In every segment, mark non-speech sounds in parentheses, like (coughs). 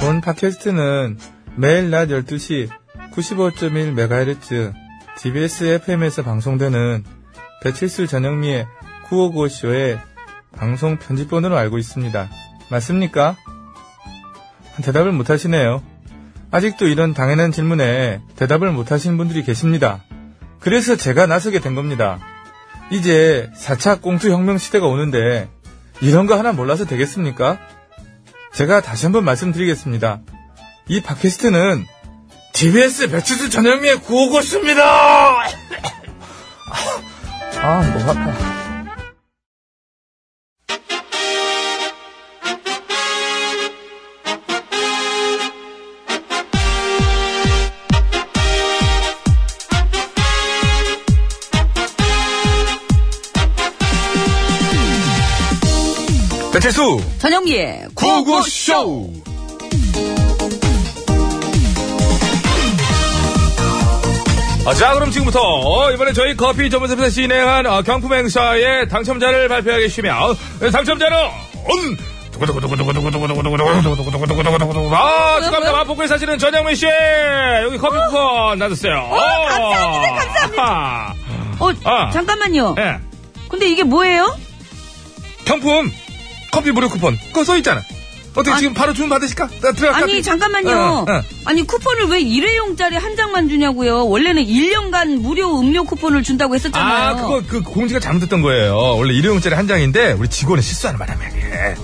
본 팟캐스트는 매일 낮 12시 95.1MHz TBS FM에서 방송되는 배칠수 전영미의 9595쇼의 방송 편집본으로 알고 있습니다. 맞습니까? 대답을 못하시네요. 아직도 이런 당연한 질문에 대답을 못하신 분들이 계십니다. 그래서 제가 나서게 된 겁니다. 이제 4차 공투혁명 시대가 오는데 이런 거 하나 몰라서 되겠습니까? 제가 다시 한번 말씀드리겠습니다. 이 팟캐스트는 TBS 배치수 전현미의 구호고수입니다! 아, 목 아파. 배치수! 전영미의 구호구쇼! 아, 자, 그럼 지금부터 어, 이번에 저희 커피 전문점에서 진행한 어, 경품 행사의 당첨자를 발표하겠습니다. 어, 당첨자는 음, 두구두구두구두구두구두구두구두구두구두구두구두구두구두구두구두구. 아, 축하합니다. 마포구에 사시는 전영민 씨 여기 커피 쿠폰 놔주세요. 감사합니다, 감사합니다. 어, 아. 잠깐만요. 예, 근데 이게 뭐예요? 경품 커피 무료 쿠폰 그거 써 있잖아. 어떻게 아니. 지금 바로 주문 받으실까? 나 들어갈까? 아니, 잠깐만요. 어, 어. 아니, 쿠폰을 왜 일회용짜리 한 장만 주냐고요? 원래는 1년간 무료 음료 쿠폰을 준다고 했었잖아요. 아, 그거 그 공지가 잘못됐던 거예요. 원래 일회용짜리 한 장인데 우리 직원이 실수하는 바람에.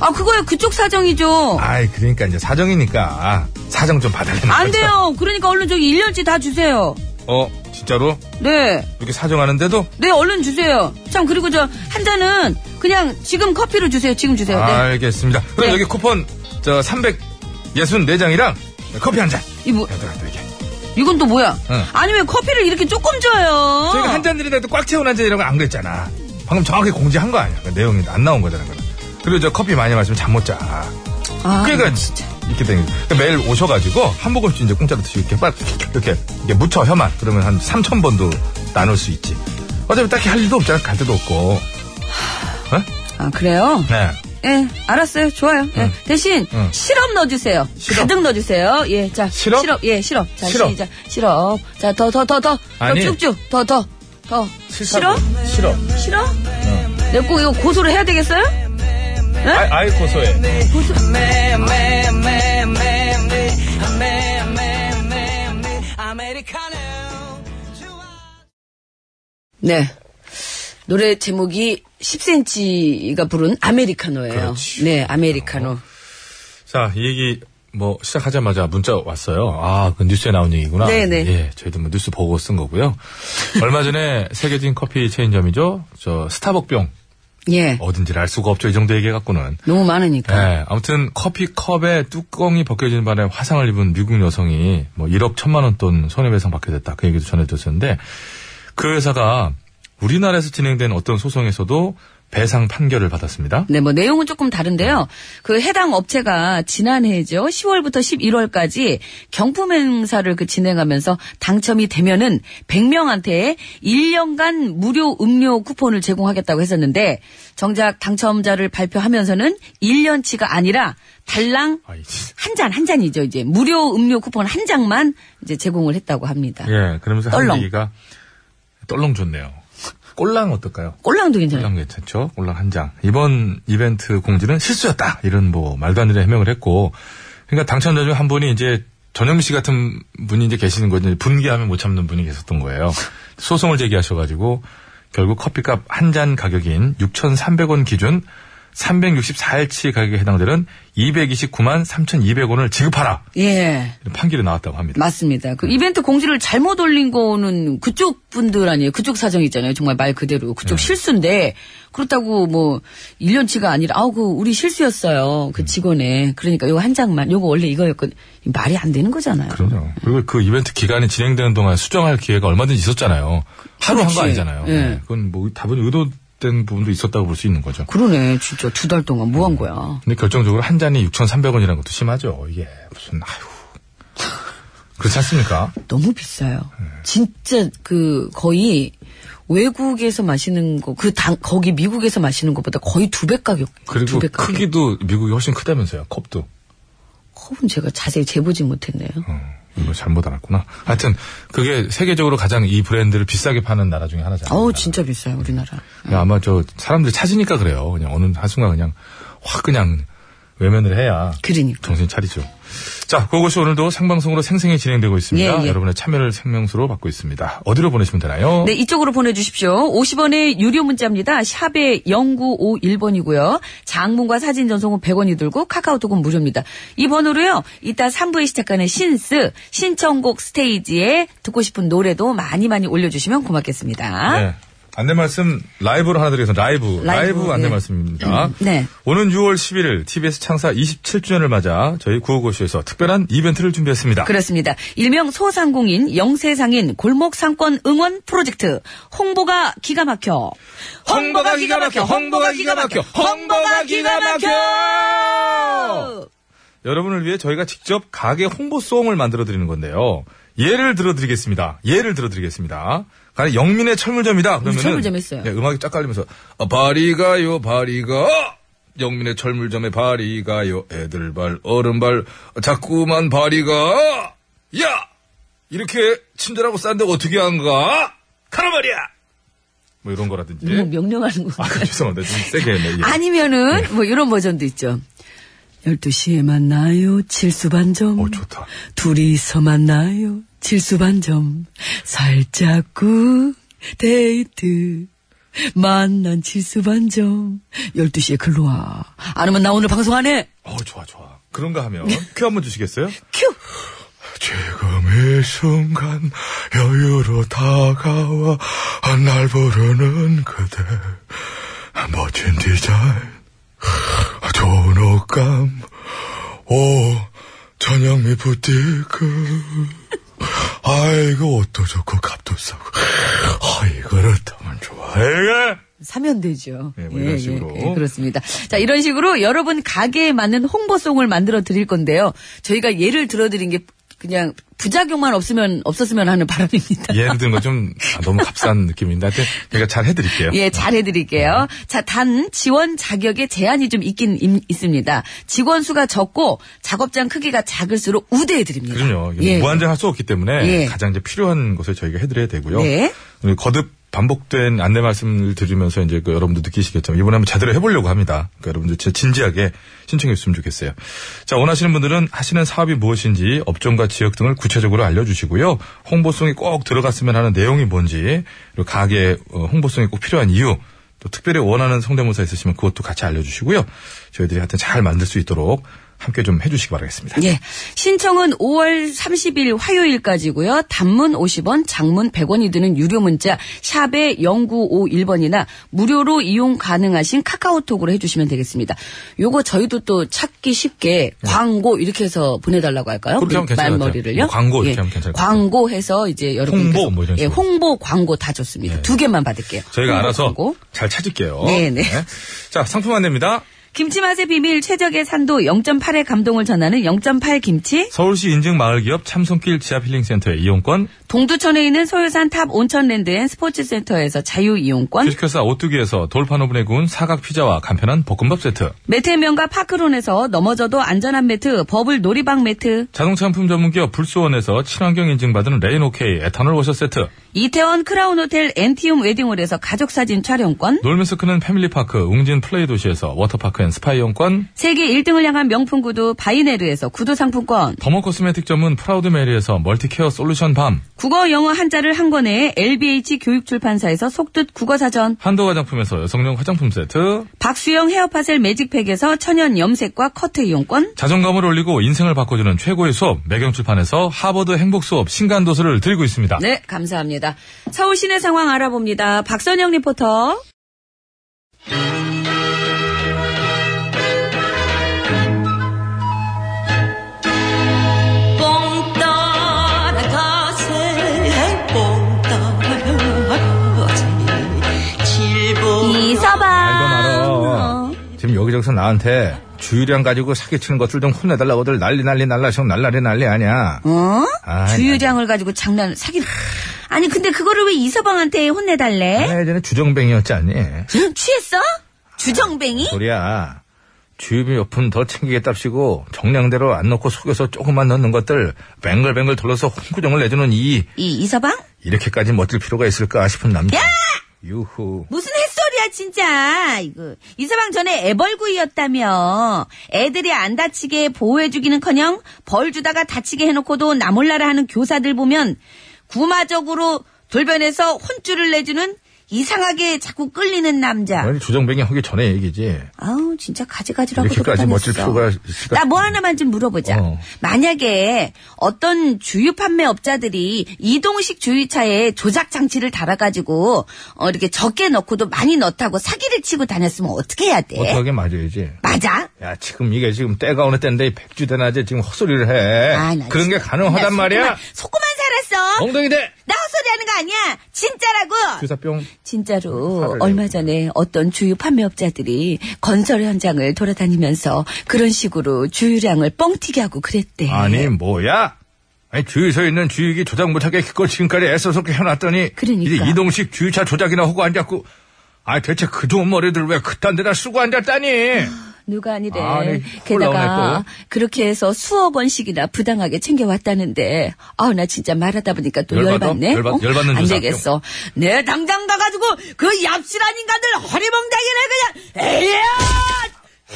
아, 그거야, 그쪽 사정이죠. 아이 그러니까 이제 사정이니까 사정 좀 받아내는 안 거죠. 돼요. 그러니까 얼른 저기 1년치 다 주세요. 어 진짜로 네. 이렇게 사정하는데도 네, 얼른 주세요. 참, 그리고 저, 한 잔은 그냥 지금 커피로 주세요. 지금 주세요. 네. 아. 알겠습니다. 그럼 네. 여기 쿠폰 저 364장이랑 커피 한 잔. 이 뭐, 들어간다 이게. 이건 또 뭐야? 응. 아니, 왜 커피를 이렇게 조금 줘요? 저희가 한 잔들이라도 꽉 채운 한 잔이라고 안 그랬잖아. 방금 정확히 공지한 거 아니야. 그 내용이 안 나온 거잖아. 그거. 그리고 저 커피 많이 마시면 잠 못 자. 아, 그러니까 이렇게 되는 거죠. 그러니까 매일 오셔가지고 한 모금씩 이제 공짜로 드시고 이렇게 빡 이렇게 이게 묻혀 혀만 그러면 한 3천 번도 나눌 수 있지. 어차피 딱히 할 일도 없잖아. 갈 데도 없고. 아, 그래요? 네. 예, 알았어요. 좋아요. 예, 대신 응. 시럽 넣어주세요. 시럽? 가득 넣어주세요. 예, 자 시럽? 예, 시럽. 자, 시럽. 시작. 시럽. 자, 더, 더, 더, 더. 더 아니. 쭉쭉. 더, 더, 더. 시럽? 싫어. 어. 시럽? 내가 꼭 이거 고소를 해야 되겠어요? 아, 이 네, 고소해. 고소. 네. 노래 제목이 10cm가 부른 아메리카노예요. 그렇지. 어. 네, 아메리카노. 자, 이 얘기 뭐 시작하자마자 문자 왔어요. 아, 그 뉴스에 나온 얘기구나. 네네. 예, 저희도 뭐 뉴스 보고 쓴 거고요. 얼마 전에 (laughs) 세계적인 커피 체인점이죠. 저 스타벅병 예. 어딘지를 알 수가 없죠. 이 정도 얘기해 갖고는. 너무 많으니까. 네, 아무튼 커피컵에 뚜껑이 벗겨진 바람에 화상을 입은 미국 여성이 뭐 1억 1천만 원 돈 손해배상 받게 됐다. 그 얘기도 전해드렸었는데 그 회사가 우리나라에서 진행된 어떤 소송에서도 배상 판결을 받았습니다. 네, 뭐 내용은 조금 다른데요. 그 해당 업체가 지난해죠. 10월부터 11월까지 경품 행사를 그 진행하면서 당첨이 되면은 100명한테 1년간 무료 음료 쿠폰을 제공하겠다고 했었는데 정작 당첨자를 발표하면서는 1년치가 아니라 달랑 아이, 씨. 한 잔 한 잔이죠. 이제 무료 음료 쿠폰 한 장만 이제 제공을 했다고 합니다. 예, 그러면서 한 떨렁. 얘기가 떨렁 좋네요. 꼴랑 어떨까요? 꼴랑도 괜찮아요. 꼴랑 괜찮죠? 꼴랑 한 장. 이번 이벤트 공지는 실수였다. 이런 뭐 말도 안 되는 해명을 했고, 그러니까 당첨자 중 한 분이 이제 전영미 씨 같은 분이 이제 계시는 거죠. 분개하면 못 참는 분이 계셨던 거예요. 소송을 제기하셔가지고 결국 커피값 한 잔 가격인 6,300원 기준 364일치 가격에 해당되는 229만 3,200원을 지급하라. 예. 이런 판결이 나왔다고 합니다. 맞습니다. 그 이벤트 공지를 잘못 올린 거는 그쪽 분들 아니에요. 그쪽 사정 있잖아요. 정말 말 그대로. 그쪽 네. 실수인데, 그렇다고 뭐, 1년치가 아니라, 아우, 그, 우리 실수였어요. 음. 그 직원에. 그러니까 요거 한 장만, 요거 원래 이거였거든. 말이 안 되는 거잖아요. 그럼요. 그리고 그 이벤트 기간이 진행되는 동안 수정할 기회가 얼마든지 있었잖아요. 하루 한 그렇지. 거 아니잖아요. 예. 네, 그건 뭐 답은 의도된 부분도 있었다고 볼 수 있는 거죠. 러네 진짜 두 달 동안 음. 뭐 한 거야. 근데 결정적으로 한 잔이 6,300원이라는 것도 심하죠. 이게 무슨 아유. 그렇지 않습니까? 너무 비싸요. 네. 진짜 그, 거의, 외국에서 마시는 거, 그 당, 거기 미국에서 마시는 것보다 거의 두 배 가격. 그리고 두배 가격. 크기도 미국이 훨씬 크다면서요. 컵도. 허분 제가 자세히 재보지 못했네요. 어, 이거 잘못 알았구나. 하여튼 그게 세계적으로 가장 이 브랜드를 비싸게 파는 나라 중에 하나잖아요. 어우 진짜 비싸요 우리나라. 그냥 아마 저 사람들이 찾으니까 그래요. 그냥 어느 한순간 그냥 확 그냥 외면을 해야 그러니까. 정신 차리죠. 자, 그것이 오늘도 생방송으로 생생히 진행되고 있습니다. 예, 예. 여러분의 참여를 생명수로 받고 있습니다. 어디로 보내시면 되나요? 네, 이쪽으로 보내주십시오. 50원의 유료 문자입니다. 샵에 0951번이고요. 장문과 사진 전송은 100원이 들고 카카오톡은 무료입니다. 이 번호로요. 이따 3부에 시작하는 신스, 신청곡 스테이지에 듣고 싶은 노래도 많이 많이 올려주시면 고맙겠습니다. 네. 안내 말씀 라이브로 하나 드리겠습니다. 라이브. 음, 라이브, 라이브, 안내 네. 말씀입니다. 네. 오는 6월 11일 TBS 창사 27주년을 맞아 저희 구호고쇼에서 특별한 이벤트를 준비했습니다. 그렇습니다. 일명 소상공인, 영세상인, 골목상권 응원 프로젝트. 홍보가 기가 막혀. 홍보가 기가 막혀. 홍보가 기가 막혀. 홍보가 기가 막혀. 여러분을 위해 저희가 직접 가게 홍보송을 만들어 드리는 건데요. 예를 들어 드리겠습니다. 예를 들어 드리겠습니다. 가령 영민의 철물점이다. 그러면 철물점 했어요. 음악이 쫙 깔리면서 아, 발이 가요, 발이 가. 영민의 철물점에 발이 가요. 애들 발, 어른 발, 자꾸만 발이 가. 야, 이렇게 친절하고 싼데 어떻게 안 가? 가라 말이야. 뭐 이런 거라든지. 너무 명령하는 거 아, (laughs) 같아요. 죄송합니다. 좀 세게 했네. 예. 음. 아니면은 뭐 이런 버전도 있죠. 12시에 만나요. 칠수반점. 어, 좋다. 둘이서 만나요. 칠수반점. 살짝구 데이트. 만난 칠수반점. 12시에 글로 와. 안 오면 나 오늘 방송 안 해. 어, 좋아, 좋아. 그런가 하면 네. 큐 한번 주시겠어요? 큐. 지금 이 순간 여유로 다가와 날 부르는 그대 멋진 디자인 좋은 옷감 오 전영미 부티크 아이고 옷도 좋고 값도 싸고 아이 그렇다면 좋아 이게 사면 되죠. 예, 뭐 이런 식으로. 예, 그렇습니다. 자, 이런 식으로 여러분 가게에 맞는 홍보송을 만들어 드릴 건데요. 저희가 예를 들어 드린 게 그냥 부작용만 없으면 없었으면 하는 바람입니다. 예를 드는 건좀 아, 너무 값싼 느낌인데 하여튼 제가 잘 해드릴게요 네. 예, 잘 해드릴게요. 자, 단 지원 자격에 제한이 좀 있긴 임- 있습니다. 직원 수가 적고 작업장 크기가 작을수록 우대해드립니다. 그럼요. 이게 예. 무한정 할 수 없기 때문에 예. 가장 이제 필요한 것을 저희가 해드려야 되고요. 네. 오늘 거듭 반복된 안내 말씀을 드리면서 이제 그 여러분도 느끼시겠지만 이번에 한번 제대로 해보려고 합니다. 그러니까 여러분들 진짜 진지하게 신청해 주셨으면 좋겠어요. 자, 원하시는 분들은 하시는 사업이 무엇인지 업종과 지역 등을 구체적으로 알려주시고요. 홍보송이 꼭 들어갔으면 하는 내용이 뭔지 그리고 가게 어, 홍보송이 꼭 필요한 이유 또 특별히 원하는 성대모사 있으시면 그것도 같이 알려주시고요. 저희들이 하여튼 잘 만들 수 있도록 함께 좀 해주시기 바라겠습니다. 예. 신청은 5월 30일 화요일까지고요. 단문 50원, 장문 100원이 드는 유료 문자 샵에 0951번이나 무료로 이용 가능하신 카카오톡으로 해주시면 되겠습니다. 요거 저희도 또 찾기 쉽게 광고 이렇게 해서 보내달라고 할까요? 네. 그렇게 하면 괜찮을 것 같아요. 뭐 말머리를요. 예. 광고 이렇게 하면 괜찮을 것 같아요. 광고해서 이제 여러분 홍보 뭐 이런 식으로. 예, 예. 홍보 광고 다 좋습니다. 두 개만 받을게요. 저희가 홍보, 알아서 광고. 잘 찾을게요. 음, 네, 네. 자, 상품 안내입니다. 김치 맛의 비밀 최적의 산도 0.8의 감동을 전하는 0.8 김치 서울시 인증 마을기업 참손길 지하필링센터의 이용권, 동두천에 있는 소유산 탑 온천랜드 앤 스포츠센터에서 자유이용권, 주식회사 오뚜기에서 돌판 오븐에 구운 사각 피자와 간편한 볶음밥 세트, 매트면과 파크론에서 넘어져도 안전한 매트, 버블 놀이방 매트, 자동차 용품 전문기업 불수원에서 친환경 인증받은 레인오케이 에탄올 워셔 세트, 이태원 크라운호텔 엔티움 웨딩홀에서 가족사진 촬영권, 놀면서 크는 패밀리파크 웅진 플레이 도시에서 워터파크 앤 스파 이용권, 세계 1등을 향한 명품 구두 바이네르에서 구두 상품권, 더머 코스메틱 점은 프라우드 메리에서 멀티케어 솔루션 밤, 국어 영어 한자를 한 권에 LBH 교육출판사에서 속뜻 국어사전, 한도 화장품에서 여성용 화장품 세트, 박수영 헤어파셀 매직팩에서 천연 염색과 커트 이용권, 자존감을 올리고 인생을 바꿔주는 최고의 수업 매경출판에서 하버드 행복수업 신간도서를 드리고 있습니다. 네, 감사합니다. 서울 시내 상황 알아봅니다. 박선영 리포터. 이서방. 아, 지금 여기저기서 나한테 주유량 가지고 사기치는 것들 좀 혼내달라고들 난리 난리 난리 지금 날라리 난리 아니야. 어? 아이, 주유장을 가지고 장난 사기. 아니 근데 그거를 왜 이서방한테 혼내달래? 예전에 주정뱅이였지 않니? 취했어? 주정뱅이? 소리야. 주유비용품 더 챙기겠답시고 정량대로 안 넣고 속여서 조금만 넣는 것들 뱅글뱅글 돌려서 홍구정을 내주는 이 이 이서방? 이렇게까지 멋질 필요가 있을까 싶은 남자. 유후. 무슨 햇소리야 진짜 이거 이서방 전에 애벌구이였다며 애들이 안 다치게 보호해주기는커녕 벌 주다가 다치게 해놓고도 나 몰라라 하는 교사들 보면 구마적으로 돌변해서 혼쭐을 내주는 이상하게 자꾸 끌리는 남자 아니 조정뱅이 하기 전에 얘기지. 아우 진짜 가지가지라고 이렇게까지 멋질 돌변했어. 필요가 있을까? 나 뭐 하나만 좀 물어보자. 어. 만약에 어떤 주유 판매업자들이 이동식 주유차에 조작 장치를 달아가지고 어, 이렇게 적게 넣고도 많이 넣다고 사기를 치고 다녔으면 어떻게 해야 돼? 어떻게 맞아야지. 맞아? 야 지금 이게 지금 때가 어느 때인데 이 백주대낮에 지금 헛소리를 해. 아, 나 네. 그런 게 진짜 가능하단 속고만- 말이야. 속고만 살았어. 엉덩이대. 나 헛소리하는 거 아니야. 진짜라고. 주사병. 진짜로 음, 화를 얼마 내고. 전에 어떤 주유 판매업자들이 건설 현장을 돌아다니면서 그런 식으로 주유량을 뻥튀기 하고 그랬대. 아니 뭐야? 아니 주유소에 있는 주유기 조작 못하게 기껏 지금까지 애써서 이렇게 해놨더니 그러니까. 이제 이동식 주유차 조작이나 하고 앉았고 아 대체 그 좋은 머리들 왜 그딴 데나 쓰고 (gasps) 앉았다니 누가 아니래. 아, 네. 게다가 올라오네, 그렇게 해서 수억 원씩이나 부당하게 챙겨왔다는데, 아우 나 진짜 말하다 보니까 또 열받아? 열받네. 어? 열받- 열받는 안 조사. 되겠어. 내 당장 가가지고 그 얍실한 인간들 허리멍덩이를 그냥 에야,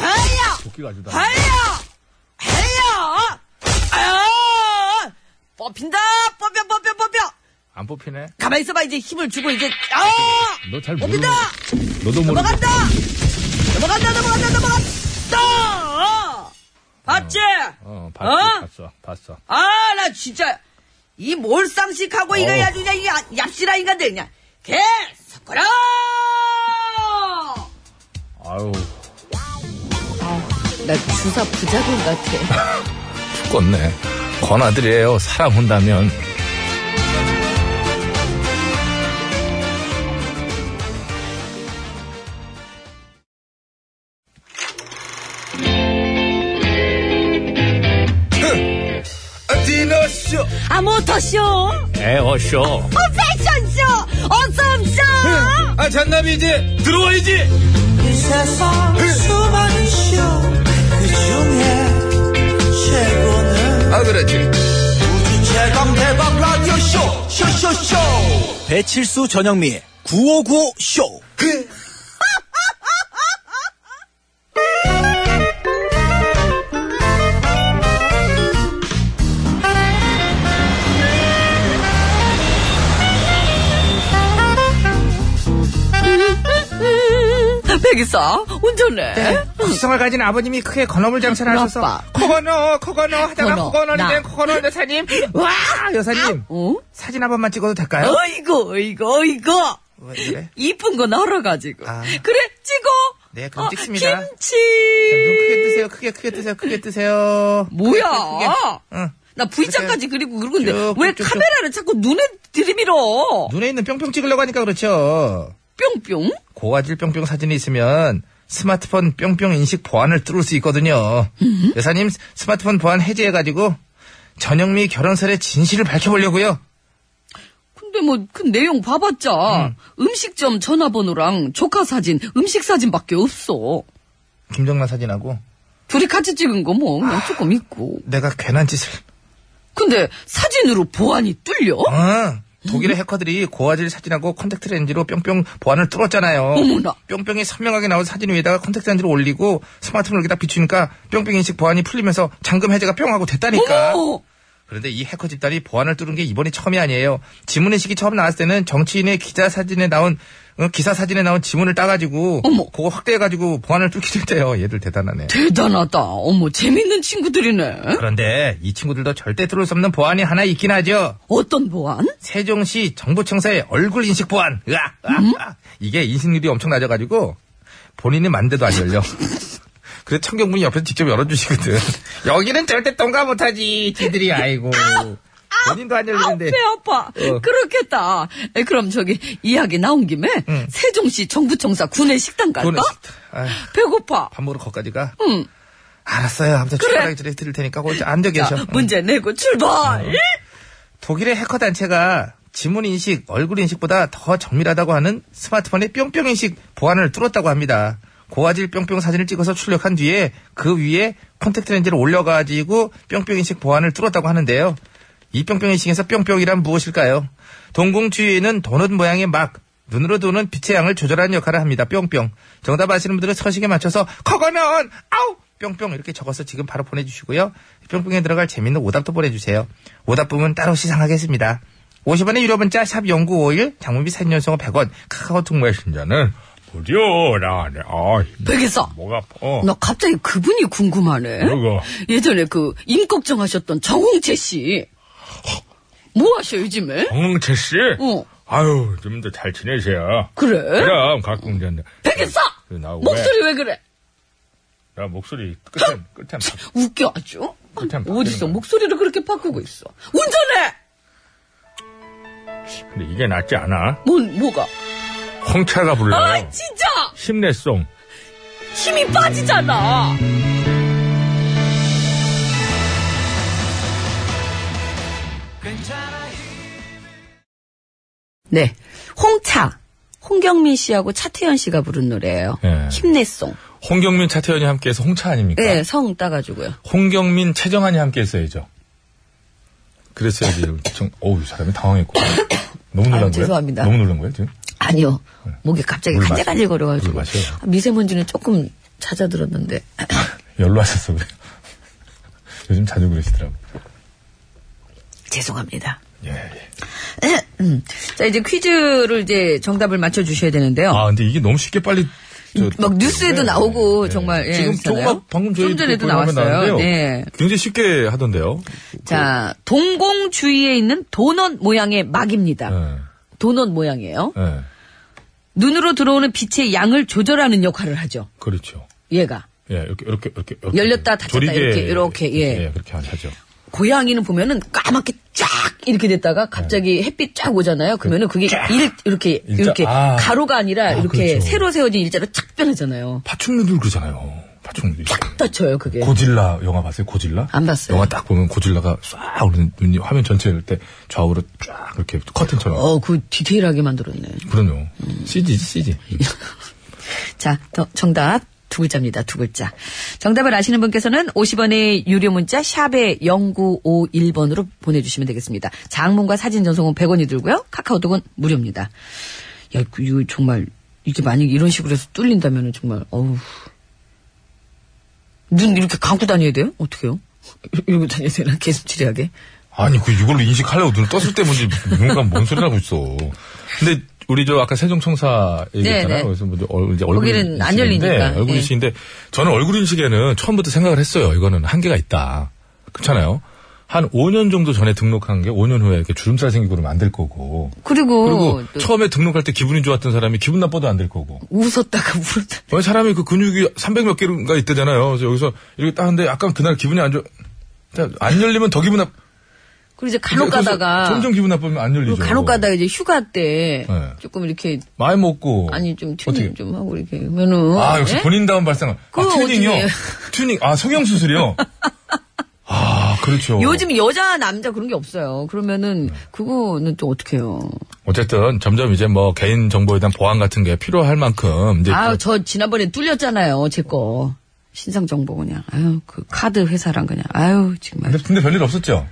에야, 웃기가 아주 나. 에야, 에야, 어? 아야, 뽑힌다, 뽑혀, 뽑혀, 뽑혀. 안 뽑히네 가만 있어봐 이제 힘을 주고 이제 아, 너 잘 모르 뽑힌다, 너도 모르 넘어간다, 넘어간다, 넘어간다, 넘어간다. 봤지? 어 봤어 어? 봤어 봤어 아, 나 진짜, 이 몰상식하고 이거 어우. 아주 그냥, 이 야- 얍실한 인간들, 그냥, 개, 섞어라! 아유 나 주사 부자군 같아. 죽겠네 권아들이에요 사람 혼다면 디너쇼 아, 모터쇼! 에어쇼 어, 패션쇼! 어썸쇼! 아 잔나비 이제 들어와야지 이 세상 수많은 쇼그 중에 최고는 아 그렇지 우주 최강 대박 라디오 쇼 쇼쇼쇼 배칠수 전영미 9595 쇼. 백이사, 운전해. 네. 국성을 가진 아버님이 크게 건어물 장사를 아빠. 하셔서 코건어 코건어 하다가 건어, 코건어이 나. 된 코건어 여사님 와 여사님 어? 사진 한 번만 찍어도 될까요? 어이구, 어이구, 어이구! 왜 그래? 이쁜 거 널어가지고. 아. 그래, 찍어! 네, 그럼 찍습니다. 김치! 자, 그, 눈 크게 뜨세요 크게 크게 뜨세요 크게 뜨세요 뭐야? 응. 나 V자까지 그리고 그러는데 쭉, 왜 쭉, 쭉. 카메라를 자꾸 눈에 들이밀어? 눈에 있는 뿅뿅 찍으려고 하니까 그렇죠 뿅뿅? 고화질 뿅뿅 사진이 있으면 스마트폰 뿅뿅 인식 보안을 뚫을 수 있거든요 음? 여사님 스마트폰 보안 해제해가지고 전영미 결혼 설의 진실을 밝혀보려고요 근데 뭐 그 내용 봐봤자 음. 식점 전화번호랑 조카 사진, 음식 사진밖에 없어. 김정만 사진하고 둘이 같이 찍은 거 뭐 그냥 조금 있고. 내가 괜한 짓을 근데 사진으로 보안이 뚫려? 어, 독일의 해커들이 고화질 사진하고 컨택트 렌즈로 뿅뿅 보안을 뚫었잖아요. 어머나. 뿅뿅이 선명하게 나온 사진 위에다가 컨택트 렌즈를 올리고 스마트폰을 여기다 비추니까 뿅뿅 인식 보안이 풀리면서 잠금 해제가 뿅하고 됐다니까. 어머! 그런데 이 해커 집단이 보안을 뚫은 게 이번이 처음이 아니에요. 지문인식이 처음 나왔을 때는 정치인의 기자 사진에 나온 어, 기사 사진에 나온 지문을 따가지고 어머. 그거 확대해가지고 보안을 뚫기도 했대요. 얘들 대단하네. 대단하다. 어머 재밌는 친구들이네. 그런데 이 친구들도 절대 뚫을 수 없는 보안이 하나 있긴 하죠. 어떤 보안? 세종시 정보청사의 얼굴 인식 보안. 으악, 으악, 음? 으악. 이게 인식률이 엄청 낮아가지고 본인이 만대도 안 열려. (laughs) 그래서 청경군이 옆에서 직접 열어주시거든. (laughs) 여기는 절대 통과 못하지. 지들이 아이고. 본인도 안 열리는데. 배 아파. 어. 그렇겠다. 에, 그럼 저기 이야기 나온 김에 세종시 정부청사 군내 식당 갈까? 군내 식당. 아휴. 배고파. 밥 먹으러 거기까지 가. 응. 알았어요. 아무튼 음. 그래. 출발하기 전에 드릴 테니까 거기 앉아 계셔. 자, 문제 내고 어. 출발. 독일의 해커 단체가 지문 인식, 얼굴 인식보다 더 정밀하다고 하는 스마트폰의 뿅뿅 인식 보안을 뚫었다고 합니다. 고화질 뿅뿅 사진을 찍어서 출력한 뒤에 그 위에 콘택트 렌즈를 올려가지고 뿅뿅 인식 보안을 뚫었다고 하는데요. 이 뿅뿅 인식에서 뿅뿅이란 무엇일까요? 동공 주위에는 도넛 모양의 막 눈으로 도는 빛의 양을 조절하는 역할을 합니다. 뿅뿅. 정답 아시는 분들은 서식에 맞춰서 커거는 아우 뿅뿅 이렇게 적어서 지금 바로 보내주시고요. 뿅뿅에 들어갈 재밌는 오답도 보내주세요. 오답 부분 따로 시상하겠습니다. 50원의 유료 문자 샵 0951 장문비 3년성어 100원 카카오톡 메신저는 무료라 아 백이사. 뭐가 아파 어. 나 갑자기 그분이 궁금하네. 누구? 예전에 그 임꺽정 하셨던 정홍채 씨. 뭐 하셔 요즘에? 정홍채 씨? 어. 아유, 좀 더 잘 지내세요. 그래? 그럼 가끔 이제 백이사. 그 나 왜? 목소리 왜 그래? 나 목소리 끝에 끝에 웃겨 아주. 그렇다면 어디서 바뀌는 목소리를 그렇게 바꾸고 있어? 운전해. 근데 이게 낫지 않아? 뭔 어. 뭐가? 홍차가 불러요. 아 진짜 힘내송. 힘이 빠지잖아. 네, 홍차. 홍경민 씨하고 차태현 씨가 부른 노래예요. 예. 힘내송. 홍경민 차태현이 함께해서 홍차 아닙니까? 네, 성 따가지고요. 홍경민 최정환이 함께했어야죠. 그랬어야지. (laughs) 좀, 어우 사람이 당황했고. (coughs) 너무 놀란 아유, 거예요? 죄송합니다. 너무 놀란 거예요 지금? 아니요, 네. 목이 갑자기 물 마셔. 간질간질 거려가지고 물 마셔요. 아, 미세먼지는 조금 찾아들었는데 (coughs) 열로 하셨어 그래요. (laughs) 요즘 자주 그러시더라고. 죄송합니다. 예, 예. 음. 자 이제 퀴즈를 이제 정답을 맞춰 주셔야 되는데요. 음, 아 근데 이게 너무 쉽게 빨리. 저- 어. 네. 막 뉴스에도 나오고 정말, 예, 지금 그렇잖아요. 조금 방금 저희 좀 전에도 그 보도에 나왔어요. 나왔는데요. 그 네. 굉장히 쉽게 하던데요. 자, 동공 주위에 있는 도넛 모양의 막입니다. 예, 도넛 모양이에요. 예, 눈으로 들어오는 빛의 양을 조절하는 역할을 하죠. 그렇죠. 얘가. 예, 이렇게 이렇게 이렇게, 이렇게. 열렸다 닫혔다 조리개 이렇게, 이렇게, 예. 그렇게 하죠. 고양이는 보면은 까맣게 쫙 이렇게 됐다가 갑자기 햇빛 쫙 오잖아요. 그러면은 그게 일, 이렇게, 네. 일자- 이렇게 아. 가로가 아니라 아, 이렇게 그렇죠. 새로 세워진 일자로 쫙 변하잖아요. 파충류들 그러잖아요. 파충류들. 떠쳐요, 그게. 고질라 영화 봤어요? 고질라? 안 봤어요. 영화 딱 보면 고질라가 쏴 오르는 눈이 화면 전체일 때 좌우로 쫙 이렇게 커튼처럼. 어, 그 디테일하게 만들었네. 그럼요. CG, CG. 자, 더- 정답 두 글자입니다. 두 글자. 정답을 아시는 분께서는 50원의 유료 문자 샵에 0951번으로 보내주시면 되겠습니다. 장문과 사진 전송은 100원이 들고요. 카카오톡은 무료입니다. 야, 그- 이거 정말 이게 만약 이런 식으로 해서 뚫린다면 은 정말 어우 눈 이렇게 감고 다녀야 돼요? 어떻게요? (laughs) 이러고 다녀야 되나? 계속 지뢰하게? 아니, 그 이걸로 인식하려고 눈을 떴을 때 뭔지 누군가 뭔 소리를 하고 있어. 근데 우리 저 아까 세종청사 네, 네. 얘기했잖아요. 그래서 뭐 이제 얼, 이제 얼굴 거기는 안 인식인데, 열리니까. 얼굴 예. 인식인데 저는 얼굴 인식에는 처음부터 생각을 했어요. 이거는 한계가 있다. 그렇잖아요. 한 5년 정도 전에 등록한 게 5년 후에 이렇게 주름살 생기고 그러면 안 될 거고. 그리고, 그리고 또 처음에 등록할 때 기분이 좋았던 사람이 기분 나빠도 안 될 거고. 웃었다가 울었다. 왜 사람이 그 근육이 300몇 개가 있대잖아요. 그래서 여기서 이렇게 딱 하는데 약간 그날 기분이 안 좋아. 자, 안 열리면 더 기분 나. 그리고 이제 간혹 그래서 가다가 점점 기분 나쁘면 안 열리죠. 그리고 간혹 가다가 이제 휴가 때 네. 조금 이렇게 많이 먹고. 아니 좀 어떻게? 튜닝 좀 하고 이렇게 하면은 아 역시 예? 본인다운 발상. 아 그거 튜닝이요. 어떻게 해요? 튜닝. 아 성형 (laughs) 수술이요. 아 그렇죠. 요즘 여자 남자 그런 게 없어요. 네. 그러면은 그거는 또 어떻게 해요? 어쨌든 점점 이제 뭐 개인 정보에 대한 보안 같은 게 필요할 만큼 이제 아 그- 저 지난번에 뚫렸잖아요 제 거 신상 정보 그냥 아유 그 카드 회사랑 그냥 아유 정말 근데, 근데 별일 없었죠.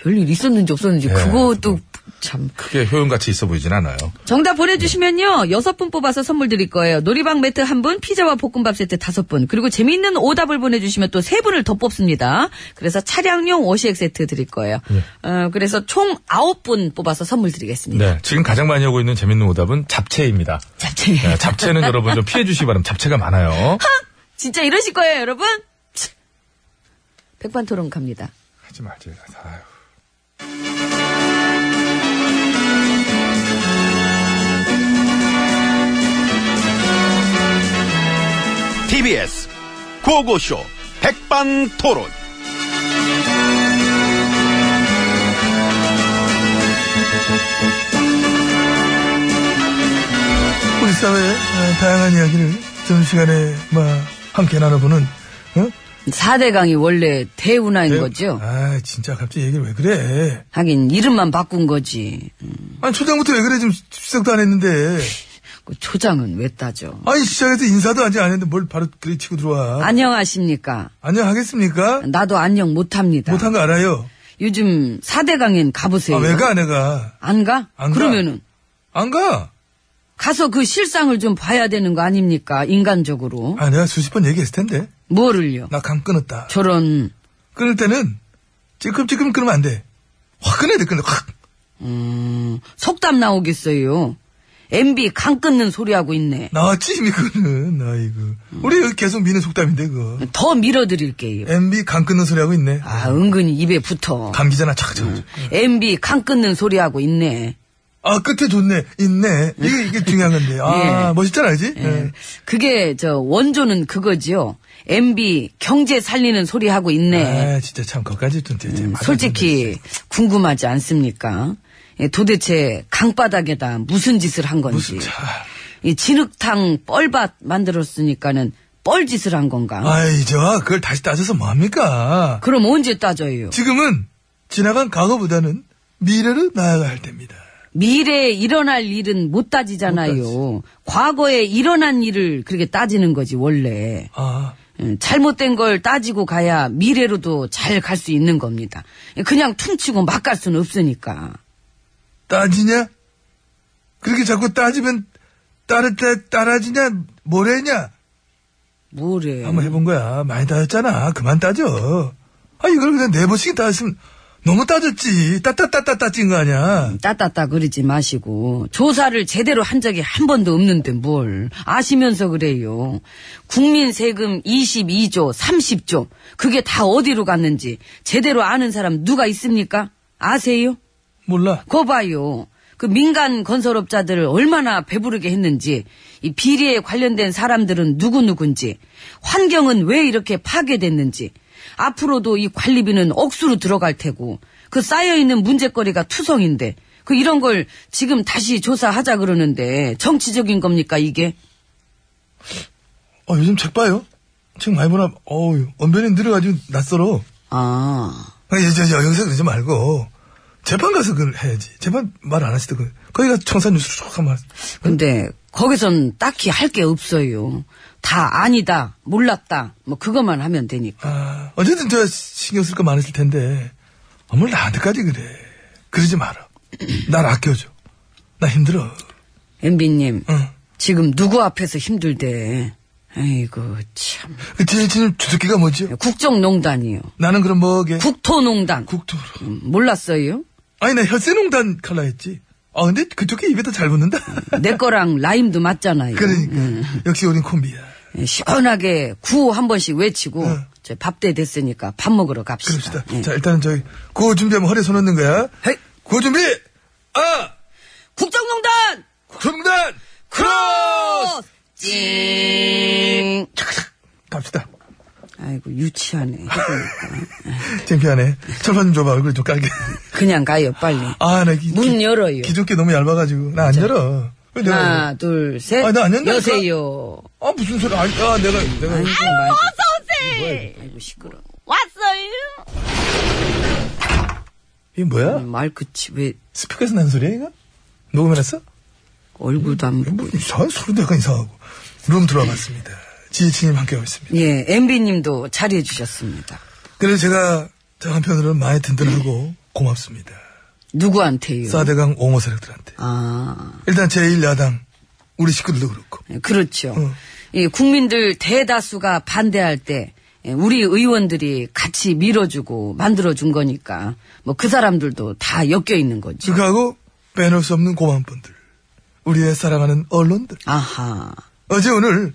별일 있었는지 없었는지 예, 그것도 참 크게 효용 가치 있어 보이진 않아요. 정답 보내주시면요 여섯 분 뽑아서 선물 드릴 거예요 놀이방 매트 한 분 피자와 볶음밥 세트 다섯 분 그리고 재미있는 오답을 보내주시면 또 세 분을 더 뽑습니다 그래서 차량용 오시액 세트 드릴 거예요 어, 그래서 총 아홉 분 뽑아서 선물 드리겠습니다 네. 지금 가장 많이 하고 있는 재밌는 오답은 잡채입니다. 잡채 네, (laughs) 잡채는 여러분 좀 피해 주시기 바랍니다. 잡채가 많아요. 진짜 이러실 거예요 여러분 치. 백반토론 갑니다 하지 말지. 아유. TBS 고고쇼 백반토론 우리 사회의 어, 다양한 이야기를 점심시간에 막 함께 나눠보는 어? 4대강이 원래 대운하인 거죠 아 진짜 갑자기 얘기를 왜 그래 하긴 이름만 바꾼 거지 아니 초장부터 왜 그래 지금 시작도 안 했는데 그 초장은 왜 따죠? 아니 시작에서 인사도 아직 안 했는데 뭘 바로 그리 치고 아. 들어와. 안녕하십니까? 안녕하겠습니까? 나도 안녕 못합니다. 못한 거 알아요. 요즘 4대 강엔 가보세요. 아, 왜 가, 내가? 안 가? 안 가. 그러면은 안 가! 가서 그 실상을 좀 봐야 되는 거 아닙니까? 인간적으로. 아, 내가 수십 번 얘기했을 텐데. 뭐를요? 나 감 끊었다. 저런 끊을 때는 찔끔찔끔 끊으면 안 돼. 확 끊어야 돼, 끊어. 확! 음, 속담 나오겠어요. MB 강 끊는 소리 하고 있네. 나왔지, 이미 그거는. 아이고. 우리 여기 계속 미는 속담인데, 그거. 더 밀어드릴게요. MB 강 끊는 소리 하고 있네. 아, 은근히 입에 붙어. 감기잖아, 음. 착착. MB 강 끊는 소리 하고 있네. 아, 끝에 좋네. 있네. 이게, 이게 중요한 건데. 아, 예. 멋있잖아, 알지? 예. 그게 저 원조는 그거지요. MB 경제 살리는 소리 하고 있네. 음, 아, 진짜 참, 그것까지 좀, 이제. 말을 좀 솔직히 궁금하지 않습니까? 예, 도대체 강바닥에다 무슨 짓을 한 건지. 무슨, 참. 이 진흙탕 뻘밭 만들었으니까는 뻘짓을 한 건가? 아이, 저, 그걸 다시 따져서 뭐합니까? 그럼 언제 따져요? 지금은 지나간 과거보다는 미래로 나아가야 할 때입니다. 미래에 일어날 일은 못 따지잖아요. 과거에 일어난 일을 그렇게 따지는 거지 원래. 아, 음, 잘못된 걸 따지고 가야 미래로도 잘 갈 수 있는 겁니다. 예, 그냥 퉁치고 막 갈 수는 없으니까. 따지냐? 그렇게 자꾸 따지면 따를 때 따라지냐? 뭐래냐? 뭐래? 한번 해본 거야. 많이 따졌잖아. 그만 따져. 아, 이걸 그냥 네 번씩 따졌으면 너무 따졌지. 따따따따 따진 거 아니야. 음, 따따따 그러지 마시고 조사를 제대로 한 적이 한 번도 없는데 뭘 아시면서 그래요. 국민 세금 22조, 30조 그게 다 어디로 갔는지 제대로 아는 사람 누가 있습니까? 아세요? 몰라. 거 봐요. 그 민간 건설업자들을 얼마나 배부르게 했는지, 이 비리에 관련된 사람들은 누구누군지, 환경은 왜 이렇게 파괴됐는지, 앞으로도 이 관리비는 억수로 들어갈 테고, 그 쌓여있는 문제거리가 투성인데, 그 이런 걸 지금 다시 조사하자 그러는데, 정치적인 겁니까, 이게? 어, 요즘 책 봐요? 책 많이 보나? 어우, 언변이 늘어가지고 낯설어. 아, 아니, 저, 저, 여기서 그러지 말고, 재판 가서 그걸 해야지. 재판 말 안 하시더군. 거기 가서 청산 뉴스 쭉 한번 하세요. 근데 거기선 딱히 할 게 없어요. 다 아니다, 몰랐다, 뭐 그것만 하면 되니까. 아, 어쨌든 저 신경 쓸 거 많으실 텐데, 어머, 나한테까지 그래. 그러지 마라. 날 아껴줘. 나 힘들어. 엠비님, 응. 지금 누구 앞에서 힘들대? 아이고 참. 그 제일 지금 주특기가 뭐지요? 국정농단이요. 나는 그럼 뭐게? 국토농단. 국토로. 음, 몰랐어요? 아니, 나 혈세농단 칼라 했지. 아, 근데 그쪽 게 입에 더 잘 붙는다. (laughs) 내 거랑 라임도 맞잖아요. 그러니까. 역시 우린 콤비야. 예, 시원하게 구 한 번씩 외치고 응. 저 밥대 됐으니까 밥 먹으러 갑시다. 그럽시다. 예. 자, 일단은 저기, 구호 준비하면 허리에 손 얹는 거야. 헤이! 구호 준비! 아! 국정농단 어, 국정단! 어, 크로스 찡. 갑시다. 아이고 유치하네. 해보니까. 창피하네. 철판 좀 줘봐. 얼굴 좀 깔게. (laughs) 그냥 가요 빨리. 아, 나 기, 문 열어요. 기존게 너무 얇아가지고. 나 안 열어. 왜 내가 열어? 하나 둘 셋. 네. 아, 나안 열린다니까? 여세요. 아, 무슨 소리. 아, 아 내가, 내가. 어서오세요! 아이고, 시끄러워. 이게 뭐야? 말 끝이 왜 스피커에서 난 소리야, 이거? 녹음해놨어? 얼굴도 안 보고. 뭐, 이상한 소리도 약간 이상하고. 룸 들어와 봤습니다. 지혜진님 함께하고 있습니다. 예, MB님도 잘해주셨습니다. 그래서 제가, 저 한편으로는 많이 든든하고 고맙습니다. 누구한테요? 사대강 옹호 세력들한테. 아, 일단 제1야당, 우리 식구들도 그렇고. 그렇죠. 응. 예, 국민들 대다수가 반대할 때, 예, 우리 의원들이 같이 밀어주고 만들어준 거니까, 뭐 그 사람들도 다 엮여 있는 거죠. 그하고 빼놓을 수 없는 고마운 분들. 우리의 사랑하는 언론들. 아하. 어제 오늘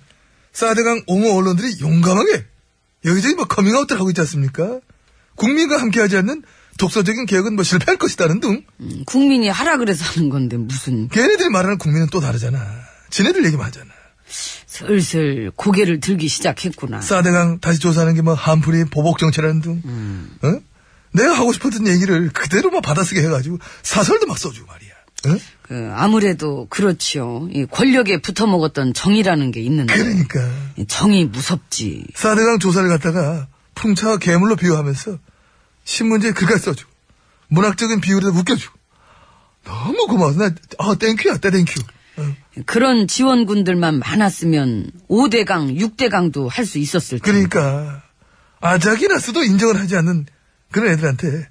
사대강 옹호 언론들이 용감하게 여기저기 뭐 커밍아웃을 하고 있지 않습니까? 국민과 함께하지 않는 독서적인 개혁은 뭐 실패할 것이다는 둥. 음, 국민이 하라 그래서 하는 건데, 무슨, 걔네들이 말하는 국민은 또 다르잖아. 지네들 얘기만 하잖아. 슬슬 고개를 들기 시작했구나. 사대강 다시 조사하는 게 뭐 한풀이 보복 정치라는 둥. 어? 내가 하고 싶었던 얘기를 그대로 막 받아쓰게 해가지고 사설도 막 써주고 말이야. 어? 그, 아무래도 그렇지요. 이 권력에 붙어먹었던 정이라는 게 있는데. 그러니까. 이 정이 무섭지. 사대강 조사를 갖다가 풍차와 괴물로 비유하면서 신문지에 글까지 써주고 문학적인 비유로 웃겨주고 너무 고마워서 나 아, 땡큐야 때 땡큐 어. 그런 지원군들만 많았으면 5대강, 6대강도 할 수 있었을 텐데. 그러니까 아작이라서도 인정을 하지 않는 그런 애들한테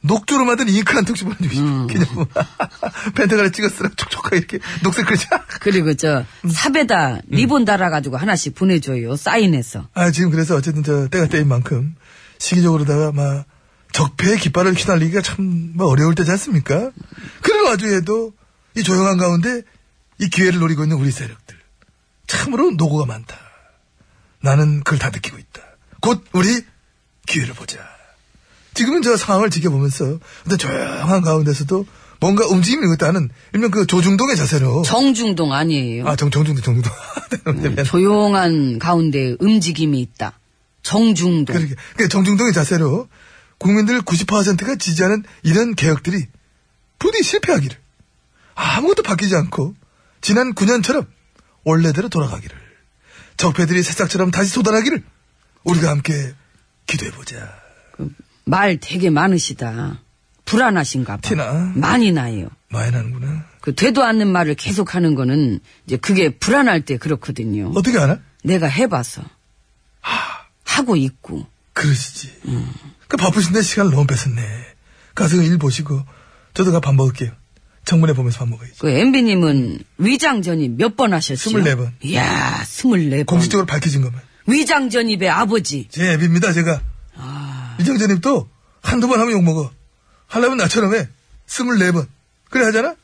녹조로 만든 잉크 한 통씩 보내주시오. 그냥 (laughs) 펜트가래 찍었으라 촉촉하게 이렇게 녹색 글자. 그리고 저 음. 삽에다 리본 달아가지고 하나씩 보내줘요. 사인해서. 아 지금 그래서 어쨌든 저 때가 때인 만큼 시기적으로다가 막 적폐의 깃발을 휘날리기가 참뭐 어려울 때지 않습니까? 그런 와중에도 이 조용한 가운데 이 기회를 노리고 있는 우리 세력들 참으로 노고가 많다. 나는 그걸 다 느끼고 있다. 곧 우리 기회를 보자. 지금은 저 상황을 지켜보면서 어떤 조용한 가운데서도 뭔가 움직임을 읽었다는 일명 그 조중동의 자세로 정중동 아니에요. 아 네. 정, 정중동 (laughs) 정중동 음, 조용한 가운데 움직임이 있다. 정중동. 그러게. 그 정중동의 자세로 국민들 90%가 지지하는 이런 개혁들이 부디 실패하기를. 아무것도 바뀌지 않고 지난 9년처럼 원래대로 돌아가기를. 적폐들이 새싹처럼 다시 쏟아나기를 우리가 함께 기도해보자. 말 되게 많으시다. 불안하신가 봐. 티나? 많이 나요. 많이 나는구나. 그 되도 않는 말을 계속하는 거는 이제 그게 불안할 때 그렇거든요. 어떻게 알아? 내가 해봐서 하고 있고 그러시지. 그 바쁘신데 시간을 너무 뺏었네. 가서 일 보시고 저도 가 밥 먹을게요. 정문에 보면서 밥 먹어야지. 그 엠비님은 위장전이 몇 번 하셨죠? 24번. 이야, 24번. 공식적으로 밝혀진 것만. 위장전입의 아버지. 제 앱입니다, 제가. 이정재님도 한두 번 하면 욕먹어. 하려면 나처럼 해. 스물네 번. 그래 하잖아?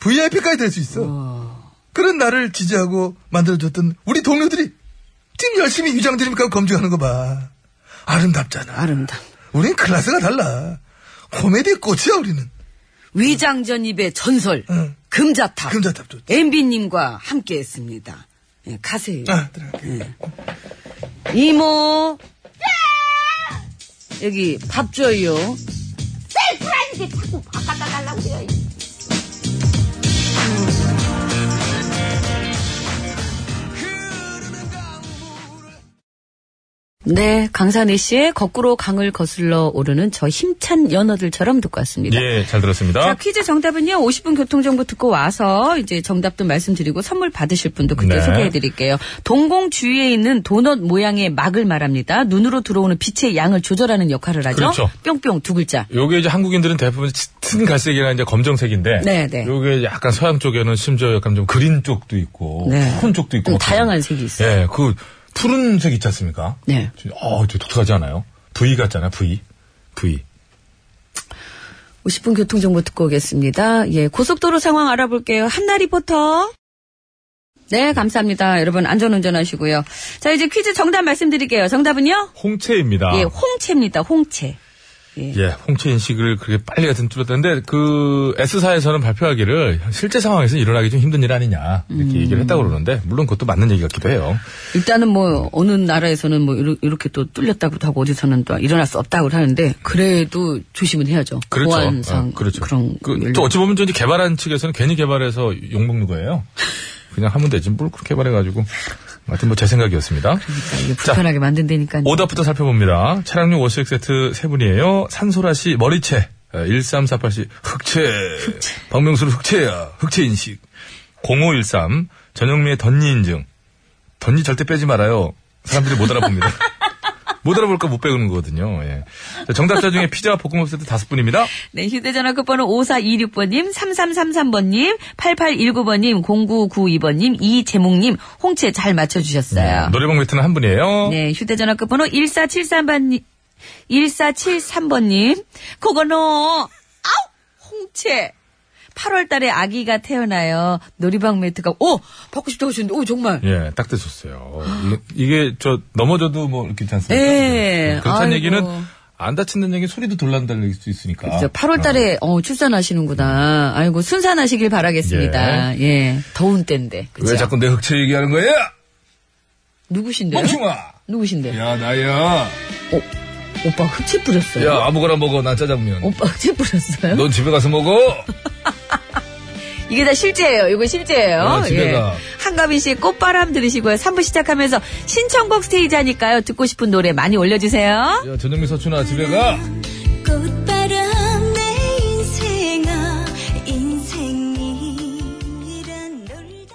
VIP까지 될 수 있어. 그런 나를 지지하고 만들어줬던 우리 동료들이 지금 열심히 유장드립니까 검증하는 거 봐. 아름답잖아. 아름다. 우린 클래스가 달라. 코미디의 꽃이야, 우리는. 위장전입의 전설. 응. 금자탑. 금자탑 좋지. 엠비님과 함께 했습니다. 예, 가세요. 아, 들어갈게. 이모. 여기 밥 줘요. 네, 강산희 씨의 거꾸로 강을 거슬러 오르는 저 힘찬 연어들처럼 듣고 왔습니다. 예, 잘 자, 들었습니다. 퀴즈 정답은요, 50분 교통정보 듣고 와서 이제 정답도 말씀드리고 선물 받으실 분도 그때 네. 소개해드릴게요. 동공 주위에 있는 도넛 모양의 막을 말합니다. 눈으로 들어오는 빛의 양을 조절하는 역할을 하죠. 그렇죠. 뿅뿅 두 글자. 요게 이제 한국인들은 대부분 짙은 갈색이나 이제 검정색인데 네, 네. 요게 약간 서양 쪽에는 심지어 약간 좀 그린 쪽도 있고 네. 푸른 쪽도 있고 좀 막 다양한 색이 있어요. 예, 그 푸른색 있지 않습니까? 네. 어, 저 독특하지 않아요? V 같잖아요, V. V. 50분 교통정보 듣고 오겠습니다. 예, 고속도로 상황 알아볼게요. 한나 리포터. 네, 감사합니다. 여러분, 안전운전 하시고요. 자, 이제 퀴즈 정답 말씀드릴게요. 정답은요? 홍채입니다. 예, 홍채입니다. 홍채. 예, 홍채 인식을 그렇게 빨리 같은 줄었다는데 그 S사에서는 발표하기를 실제 상황에서 일어나기 좀 힘든 일 아니냐 음. 이렇게 얘기를 했다고 그러는데 물론 그것도 맞는 얘기 같기도 해요. 일단은 뭐 어느 나라에서는 뭐 이러- 이렇게 또 뚫렸다고 하고 어디서는 또 일어날 수 없다고 하는데 그래도 조심은 해야죠. 그렇죠. 보안상 아, 그렇죠. 런 그, 또 어찌 보면 또 이제 개발한 측에서는 괜히 개발해서 욕먹는 거예요. (laughs) 그냥 하면 되지. 뭘 그렇게 개발해가지고. 하여튼 뭐 제 생각이었습니다. 불편하게 만든다니까. 오답부터 살펴봅니다. 차량용 워시액 세트 세 분이에요. 산소라 씨 머리채. 예, 1348씨 흑채. 박명수는 흑채야. 흑채 인식. 0513 전영미의 덧니 인증. 덧니 절대 빼지 말아요. 사람들이 못 (laughs) 알아봅니다. 못 알아볼까 못 빼는 거거든요. 예. 자, 정답자 중에 피자와 볶음밥 세트 다섯 분입니다. 네, 휴대전화 끝번호 5426번님, 3333번님, 8819번님, 0992번님, 이재목님, 홍채 잘 맞춰주셨어요. 노래방 매트는 한 분이에요. 네, 휴대전화 끝번호 1473번님, 1473번님, 그거는, 아우! 홍채! 8월 달에 아기가 태어나요. 놀이방 매트가, 오! 받고 싶다고 하셨는데, 오, 정말. 예, 딱 됐었어요. 뭐, 이게 저 넘어져도 뭐 이렇게 있지 않습니까? 예. 그렇다는 아이고. 얘기는 안 다친다는 얘기 소리도 돌란다는 얘기일 수 있으니까. 그죠. 8월 아. 달에, 어, 출산하시는구나. 아이고, 순산하시길 바라겠습니다. 예. 더운 때인데. 어. 그죠? 왜 자꾸 내 흑채 얘기하는 거야? 누구신데요? 멍충아! 누구신데요? 어, 야, 나야. 오빠 흑채 뿌렸어요? 야, 아무거나 먹어. 나 짜장면. 오빠 흑채 뿌렸어요? 넌 집에 가서 먹어. 이게 다 실제예요. 이거 실제예요. 아, 집에 가. 한가빈 씨의 꽃바람 들으시고요. 3부 시작하면서 신청곡 스테이지 하니까요. 듣고 싶은 노래 많이 올려주세요. 야, 전영미 서춘아 집에 가. 꽃바람 내 인생아 인생이란 놀다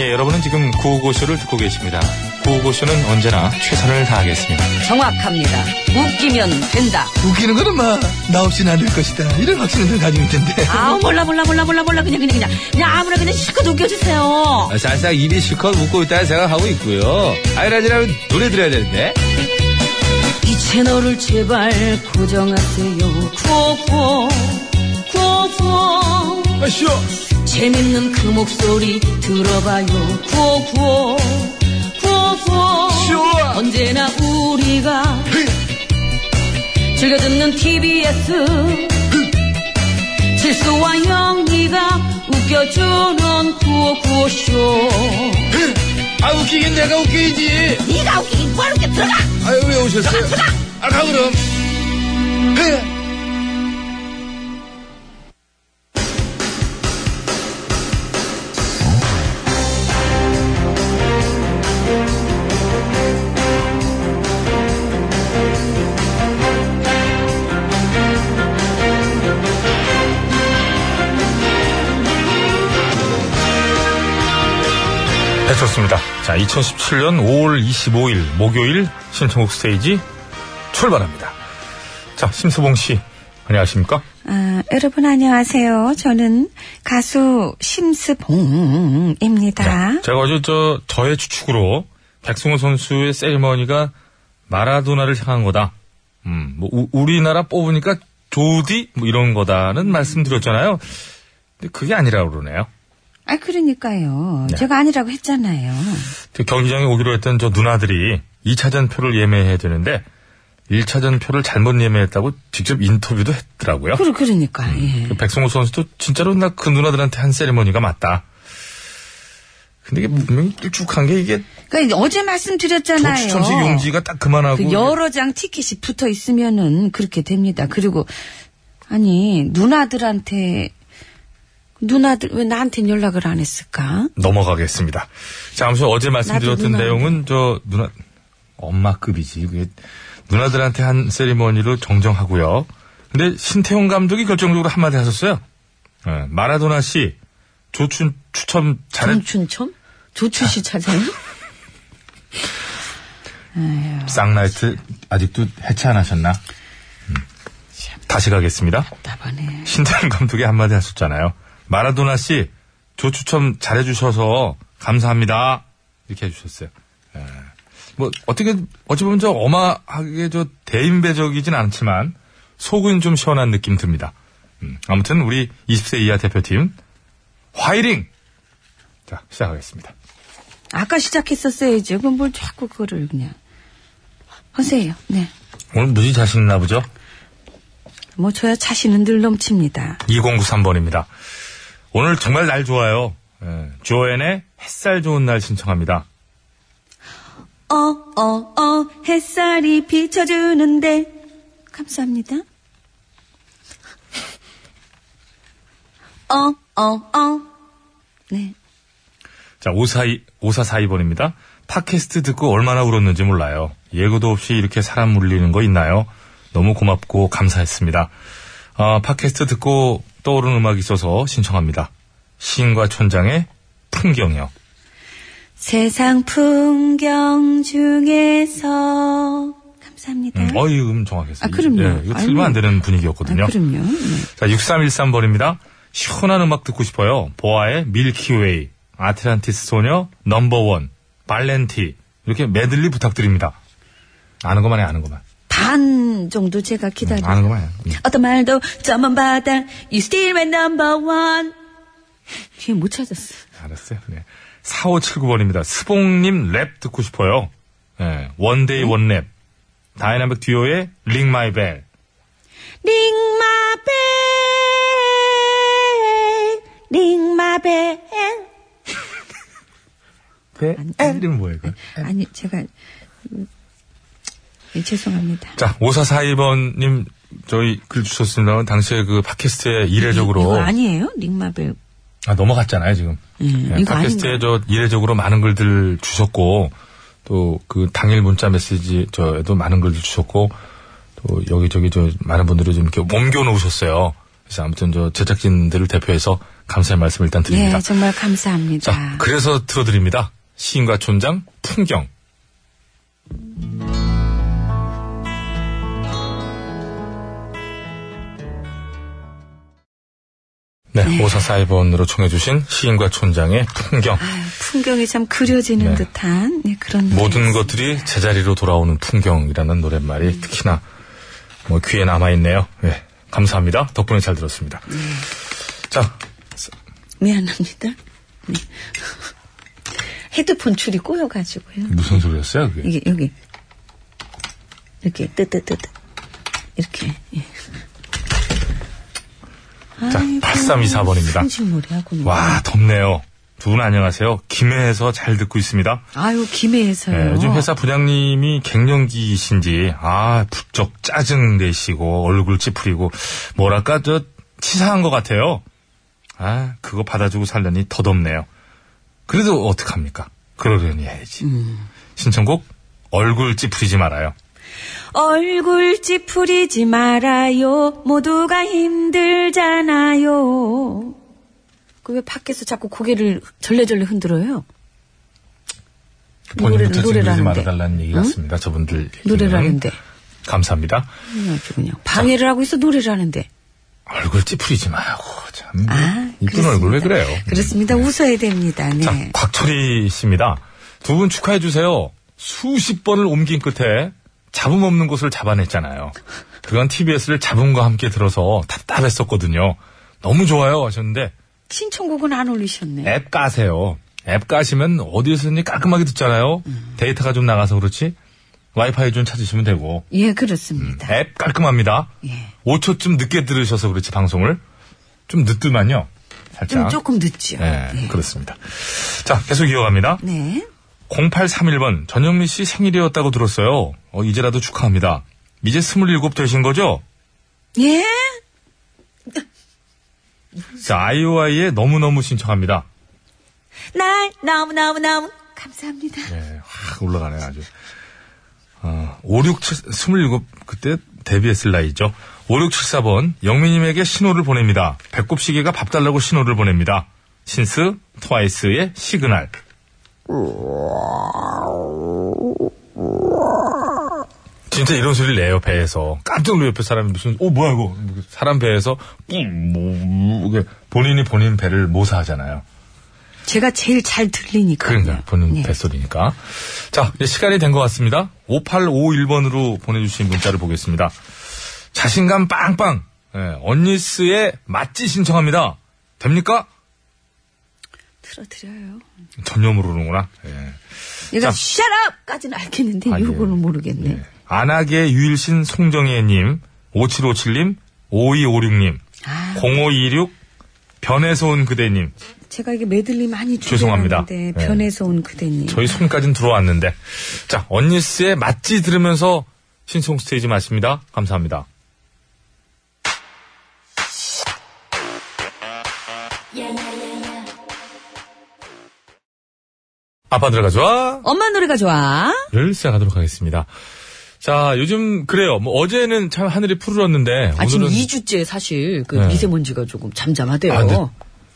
예, 여러분은 지금 구호고쇼를 듣고 계십니다. 구호고쇼는 언제나 최선을 다하겠습니다. 정확합니다. 웃기면 된다. 웃기는 거는 마 나 없이는 안 될 것이다. 이런 확신을 늘 가지고 있던데. 아 몰라 몰라 몰라 몰라 몰라 그냥 그냥 그냥 그냥 아무나 그냥 실컷 웃겨주세요. 아, 사실상 입이 실컷 웃고 있다는 생각하고 있고요. 아이라지라면 노래 들어야 되는데. 이 채널을 제발 고정하세요. 구호구호, 구호구호. 아쇼! 재밌는 그 목소리 들어봐요. 구호구호, 구호구호. 언제나 우리가 즐겨듣는 TBS. 실수와 영리가 웃겨주는 구호구호쇼. 아, 웃기긴 내가 웃기지. 네가 웃기긴 바로 웃겨 들어가! 아유, 왜 오셨어요? 아, 가, 그럼. 배쳤습니다. 자, 2017년 5월 25일 목요일 신청곡 스테이지 출발합니다. 자, 심수봉 씨, 안녕하십니까? 아, 여러분 안녕하세요. 저는 가수 심스봉입니다. 제가 어제 저, 저의 추측으로 백승호 선수의 세리머니가 마라도나를 향한 거다. 음, 뭐, 우- 우리나라 뽑으니까 조디? 뭐 이런 거다는 말씀드렸잖아요. 근데 그게 아니라 그러네요. 아, 그러니까요. 네. 제가 아니라고 했잖아요. 그 경기장에 오기로 했던 저 누나들이 2차전 표를 예매해야 되는데 1차전 표를 잘못 예매했다고 직접 인터뷰도 했더라고요. 그러, 그러니까, 예. 음. 그 백성호 선수도 진짜로 나 그 누나들한테 한 세리머니가 맞다. 근데 이게 분명히 길쭉한 게 이게 그러니까 어제 말씀드렸잖아요. 조추첨식 용지가 딱 그만하고 예. 그 여러 장 티켓이 붙어 있으면은 그렇게 됩니다. 그리고, 아니, 누나들한테, 누나들, 왜 나한테 연락을 안 했을까? 넘어가겠습니다. 자, 아무튼 어제 말씀드렸던 나도 누나인데. 내용은 저 누나 엄마급이지. 그게 누나들한테 한 세리머니로 정정하고요. 근데 신태용 감독이 결정적으로 한마디 하셨어요. 예, 마라도나 씨 조춘 추첨 잘했 음. 정춘첨? 조춘씨 찾아요? 쌍라이트 아직도 해체 안 하셨나? 음. 다시 가겠습니다. 답답하네. 신태용 감독이 한마디 하셨잖아요. 마라도나 씨, 조 추첨 잘해주셔서 감사합니다. 이렇게 해주셨어요. 예. 뭐, 어떻게, 어찌 보면 저 어마하게 저 대인배적이진 않지만, 속은 좀 시원한 느낌 듭니다. 음, 아무튼 우리 20세 이하 대표팀, 화이팅! 자, 시작하겠습니다. 아까 시작했었어야죠. 그럼 뭘 자꾸 그거를 그냥. 하세요. 네. 오늘 무지 자신 있나 보죠? 뭐 저야 자신은 늘 넘칩니다. 2093번입니다. 오늘 정말 날 좋아요. 예, 조앤의 햇살 좋은 날 신청합니다. 어, 어, 어, 햇살이 비춰주는데. 감사합니다. 어, 어, 어. 네. 자, 542, 5442번입니다. 팟캐스트 듣고 얼마나 울었는지 몰라요. 예고도 없이 이렇게 사람 울리는 거 있나요? 너무 고맙고 감사했습니다. 아, 팟캐스트 듣고 떠오르는 음악이 있어서 신청합니다. 시인과 촌장의 풍경이요. 세상 풍경 중에서. 감사합니다. 음, 어이, 음, 네. 아, 정확했어요. 그럼요. 예, 이거 틀면 아이고. 안 되는 아, 분위기였거든요. 그럼요. 네. 자, 6313번입니다. 시원한 음악 듣고 싶어요. 보아의 밀키웨이, 아틀란티스 소녀, 넘버원, 발렌티. 이렇게 메들리 부탁드립니다. 아는 것만 해, 아는 것만. 반 정도 제가 기다려. 아는 것만 해. 음. 어떤 말도 저만 받아. You still my number one. 뒤에 못 찾았어. 알았어요. 네. 4579번입니다. 스봉님 랩 듣고 싶어요. 예, 원데이 원랩. 다이나믹 듀오의 링 마이 벨. Ring my bell. Ring my bell. 배? 그 이름 뭐예요, 이거? 아니, 제가. 음, 예, 죄송합니다. 자, 5442번님, 저희 글 주셨습니다. 당시에 그 팟캐스트에 이거 이례적으로. 아니에요? 링마벨. 아, 넘어갔잖아요, 지금. 음, 예, 이거 팟캐스트에 저 이례적으로 많은 글들 주셨고, 또 그 당일 문자 메시지 저에도 많은 글들 주셨고, 또 여기저기 저 많은 분들이 좀 이렇게 옮겨놓으셨어요. 그래서 아무튼 저 제작진들을 대표해서 감사의 말씀 을 일단 드립니다. 네, 예, 정말 감사합니다. 자, 그래서 틀어드립니다. 시인과 촌장, 풍경. 네, 5442번으로 청해주신 시인과 촌장의 풍경. 아, 풍경이 참 그려지는 네. 듯한 예, 네, 그런 노래. 모든 것들이 제자리로 돌아오는 풍경이라는 노랫말이 특히나 뭐 귀에 남아있네요. 예, 감사합니다. 덕분에 잘 들었습니다. 자, 미안합니다. 네. (laughs) 헤드폰 줄이 꼬여가지고요. 무슨 소리였어요, 그게? 이게, 여기. 이렇게, 뜨뜨뜨뜨. 이렇게. 예. 자, 8324번입니다. 흥신머리하고는. 와, 덥네요. 두 분 안녕하세요. 김해에서 잘 듣고 있습니다. 아유, 김해에서요. 예, 요즘 회사 부장님이 갱년기이신지, 아, 부쩍 짜증 내시고, 얼굴 찌푸리고, 뭐랄까, 저, 치사한 것 같아요. 아, 그거 받아주고 살려니 더덥네요. 그래도 어떡합니까? 그러려니 해야지. 음. 신청곡, 얼굴 찌푸리지 말아요. 얼굴 찌푸리지 말아요. 모두가 힘들잖아요. 그 왜 밖에서 자꾸 고개를 절레절레 흔들어요? 노래를- 본인부터 노래를 찌푸리지 하는데. 말아달라는 얘기 같습니다. 저분들. 얘기는. 노래를 하는데. 감사합니다. 그냥 아주 그냥 방해를 하고 있어 노래를 하는데. 얼굴 찌푸리지 말고, 참. 아, 이쁜 그렇습니다. 얼굴 왜 그래요? 그렇습니다. 웃어야 됩니다. 네. 자, 곽철희 씨입니다. 두 분 축하해주세요. 수십 번을 옮긴 끝에 잡음 없는 곳을 잡아냈잖아요. 그간 TBS를 잡음과 함께 들어서 답답했었거든요. 너무 좋아요 하셨는데 신청곡은 안 올리셨네. 앱 까세요. 앱 까시면 어디에서든지 깔끔하게 듣잖아요. 데이터가 좀 나가서 그렇지 와이파이 좀 찾으시면 되고 예, 그렇습니다. 앱 깔끔합니다. 예. 5초쯤 늦게 들으셔서 그렇지 방송을 좀좀 늦더만요. 예. 살짝. 조금 늦죠. 네, 그렇습니다. 자, 계속 이어갑니다. 네. 0831번 전영미 씨 생일이었다고 들었어요. 어, 이제라도 축하합니다. 이제 27 되신 거죠? 예? 자, 아이오아이에 너무너무 신청합니다. 날 너무너무너무 감사합니다. 네, 확 올라가네요, 아주. 어, 567, 27 그때 데뷔했을 나이죠. 5674번 영미님에게 신호를 보냅니다. 배꼽시계가 밥 달라고 신호를 보냅니다. 신스 트와이스의 시그널. 진짜 이런 소리를 내요 배에서 깜짝 놀라 옆에 사람이 무슨 어 뭐야 이거 사람 배에서 뿌뭐 본인이 본인 배를 모사하잖아요. 제가 제일 잘 네. 들리니까. 그러니까 보는 뱃소리니까. 자, 이제 시간이 된 것 같습니다. 5851번으로 보내주신 문자를 보겠습니다. 자신감 빵빵. 예, 언니스의 맛지 신청합니다. 됩니까? 틀어드려요. 전념으로 오는구나. 예. 이거 자. 샷업까지는 알겠는데 아, 예. 요거는 모르겠네. 안하게 유일신 송정혜님, 5757님, 5256님, 0526 변해서 온 그대님. 제가 이게 메들리 많이 죄송합니다. 준비했는데 예. 변해서 온 그대님. 저희 손까진 들어왔는데. 자, 언니스의 맛지 들으면서 신청 스테이지 마칩니다. 감사합니다. 아빠 들어가 좋아? 엄마 노래가 좋아. 를 시작하도록 하겠습니다. 자, 요즘 그래요. 뭐 어제는 참 하늘이 푸르렀는데 아, 지금 오늘은 2주째 사실 그 네. 미세먼지가 조금 잠잠하대요. 아, 근데,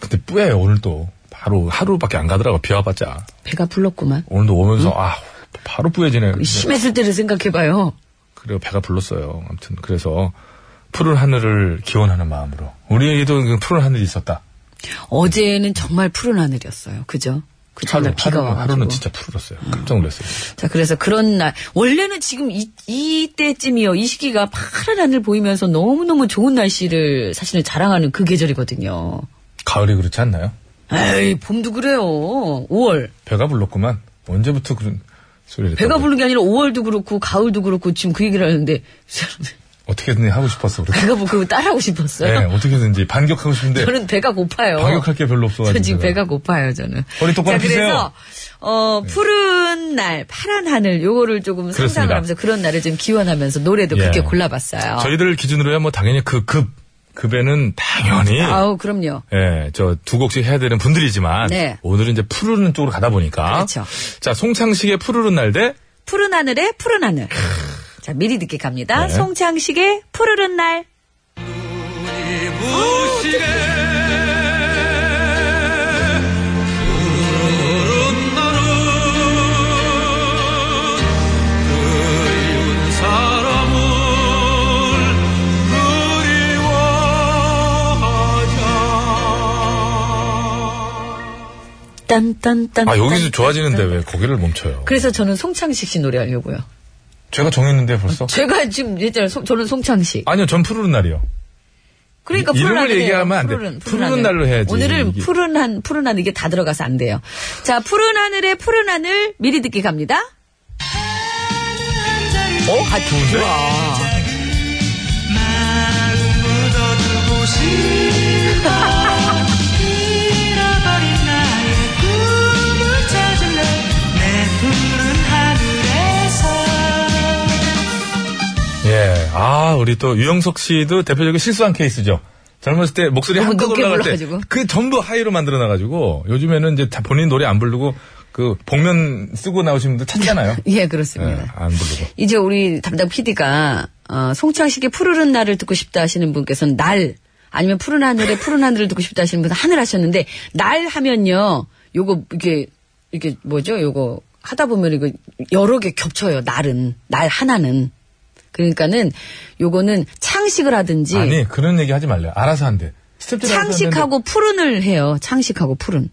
근데 뿌예요. 오늘 또 바로 하루밖에 안 가더라고. 비 와봤자. 배가 불렀구만. 오늘도 음? 오면서 아, 바로 뿌얘지네. 심했을 때를 생각해봐요. 그래요. 배가 불렀어요. 아무튼 그래서 푸른 하늘을 기원하는 마음으로 우리에게도 그 푸른 하늘이 있었다. 어제는 정말 푸른 하늘이었어요. 그죠? 그 전날 비가 하루는, 와가지고. 하루는 진짜 푸르렀어요. 깜짝 놀랐어요. 자, 그래서 그런 날, 원래는 지금 이, 이때쯤이요. 이 시기가 파란 하늘 보이면서 너무너무 좋은 날씨를 사실은 자랑하는 그 계절이거든요. 가을이 그렇지 않나요? 에이, 봄도 그래요. 5월. 배가 불렀구만. 언제부터 그런 소리를 배가 했다고. 부르는 게 아니라 5월도 그렇고, 가을도 그렇고, 지금 그 얘기를 하는데, 어떻게든 하고 싶었어. (laughs) 그렇게. 배가 부르고 따라하고 네, 싶었어요. 어떻게든지 반격하고 싶은데 (laughs) 저는 배가 고파요. 반격할 네. 게 별로 저 없어가지고. 지금 제가. 배가 고파요, 저는. 허리 똑바로 자, 그래서, 피세요. 네. 어, 푸른 날, 파란 하늘, 요거를 조금 상상을 그렇습니다. 하면서 그런 날을 좀 기원하면서 노래도 예. 그렇게 골라봤어요. 저희들 기준으로야 뭐 당연히 그 급, 급에는 당연히 아우, 그럼요. 예, 저 두 곡씩 해야 되는 분들이지만 네. 오늘은 이제 푸르른 쪽으로 가다 보니까 그렇죠. 자 송창식의 푸르른 날 대 푸른 하늘에 푸른 하늘. 자, 미리 듣기 갑니다. 네. 송창식의 푸르른 날. 딴딴딴. 아, 그러니까. 여기서 좋아지는데 왜 거기를 멈춰요? 그래서 저는 송창식 씨 노래 하려고요. 제가 정했는데 벌써? 제가 지금 예전에 송- 저는 송창식. 아니요, 전 푸르른 날이요. 그러니까 이- 푸른 이름을 하늘이에요. 얘기하면 안 돼. 푸른 하늘. 날로 해야지. 오늘은 이게. 푸른 한 푸른 하늘 이게 다 들어가서 안 돼요. 자, 푸른 하늘에 푸른 하늘 미리 듣기 갑니다. 어? 아, 좋은데? 예. 아, 우리 또 유영석 씨도 대표적인 실수한 케이스죠. 젊었을 때 목소리 너무 한껏 높게 올라갈 불러가지고. 때그 전부 하이로 만들어 놔가지고 요즘에는 이제 다 본인 노래 안 부르고 그 복면 쓰고 나오신 (laughs) 분들 찾잖아요. 예, 예, 그렇습니다. 안 부르고. 이제 우리 담당 PD가 어, 송창식의 푸르른 날을 듣고 싶다 하시는 분께서는 날 아니면 푸른 하늘의 푸른 하늘을 듣고 싶다 하시는 분은 하늘 하셨는데 날 하면요 요거 이게 이게 뭐죠 요거 하다 보면 이거 여러 개 겹쳐요 날은 날 하나는 그러니까는 요거는 창식을 하든지 아니 그런 얘기 하지 말래요. 알아서 한대. 스텝들 창식하고 푸른을 해요 창식하고 푸른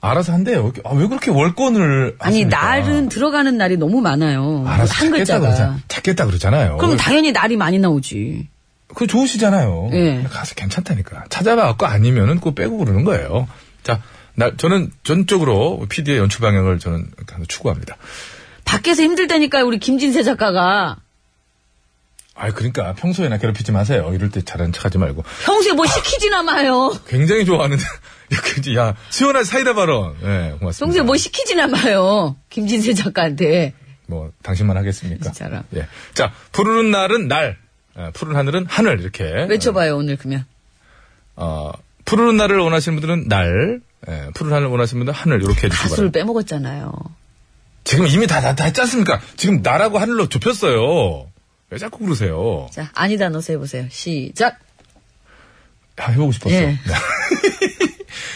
알아서 한대요. 아, 왜 그렇게 월권을 아니 하십니까? 날은 들어가는 날이 너무 많아요 알아서 한 찾겠다 글자가 그러잖아. 찾겠다 그러잖아요. 그러니까 그럼 당연히 날이 많이 나오지 그 좋으시잖아요. 예. 가서 괜찮다니까. 찾아봐갖고 아니면은 그거 빼고 그러는 거예요. 자, 나, 저는 전적으로 PD의 연출 방향을 저는 추구합니다. 밖에서 힘들다니까요, 우리 김진세 작가가. 아 그러니까 평소에나 괴롭히지 마세요. 이럴 때 잘하는 척 하지 말고. 평소에 뭐 시키지나 마요. 굉장히 좋아하는데, (laughs) 이렇게 이제 야, 시원한 사이다 발언. 예, 고맙습니다. 평소에 뭐 시키지나 마요. 김진세 작가한테. 뭐, 당신만 하겠습니까? 이 사람. 예. 자, 푸르른 날은 날, 예, 푸른 하늘은 하늘, 이렇게. 외쳐봐요, 오늘 그러면. 어, 푸르른 날을 원하시는 분들은 날, 예, 푸른 하늘을 원하시는 분들은 하늘, 이렇게 해주시기 바랍니다. 가수를 빼먹었잖아요. 지금 이미 다, 다, 다 했지 않습니까? 지금 나라고 하늘로 좁혔어요. 왜 자꾸 그러세요? 자, 아니다 넣어서 해보세요. 시작. 아, 해보고 싶었어. 예. (laughs)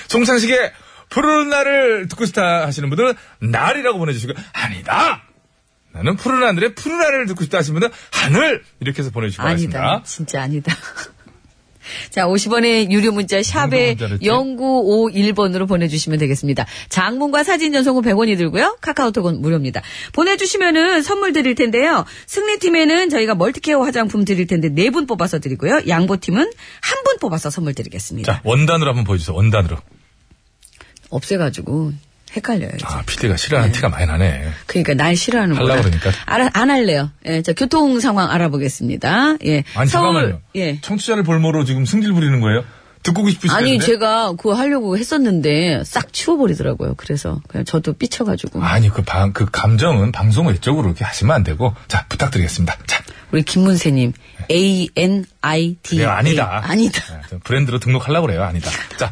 송창식의 푸른 날을 듣고 싶다 하시는 분들은 날이라고 보내주시고, 아니다! 나는 푸른 하늘의 푸른 하늘을 듣고 싶다 하시는 분은 하늘! 이렇게 해서 보내주시기 아니다. 바랍니다. 진짜 아니다. (laughs) 자, 50원의 유료 문자 샵에 무슨 문자랬지? 0951번으로 보내주시면 되겠습니다. 장문과 사진 전송은 100원이 들고요. 카카오톡은 무료입니다. 보내주시면은 선물 드릴 텐데요. 승리팀에는 저희가 멀티케어 화장품 드릴 텐데 4분 뽑아서 드리고요. 양보팀은 1분 뽑아서 선물 드리겠습니다. 자, 원단으로 한번 보여주세요. 원단으로. 없애가지고 헷갈려요. 이제. 아, PD가 싫어하는 티가 많이 나네. 그러니까 날 싫어하는 거. 하려고 그러니까. 알아, 안 할래요. 예, 자, 교통 상황 알아보겠습니다. 예. 아니, 잠깐만요. 예. 청취자를 볼모로 지금 승질 부리는 거예요? 듣고 싶으시겠 아니 제가 그거 하려고 했었는데 싹 치워버리더라고요. 그래서 그냥 저도 삐쳐가지고 아니 그 방 그 감정은 방송 외적으로 이렇게 하시면 안 되고 자 부탁드리겠습니다. 자 우리 김문세님 A N I D 그래요 네, 아니다. 예, 아니다. 네, 저 브랜드로 등록하려고 그래요 아니다. 자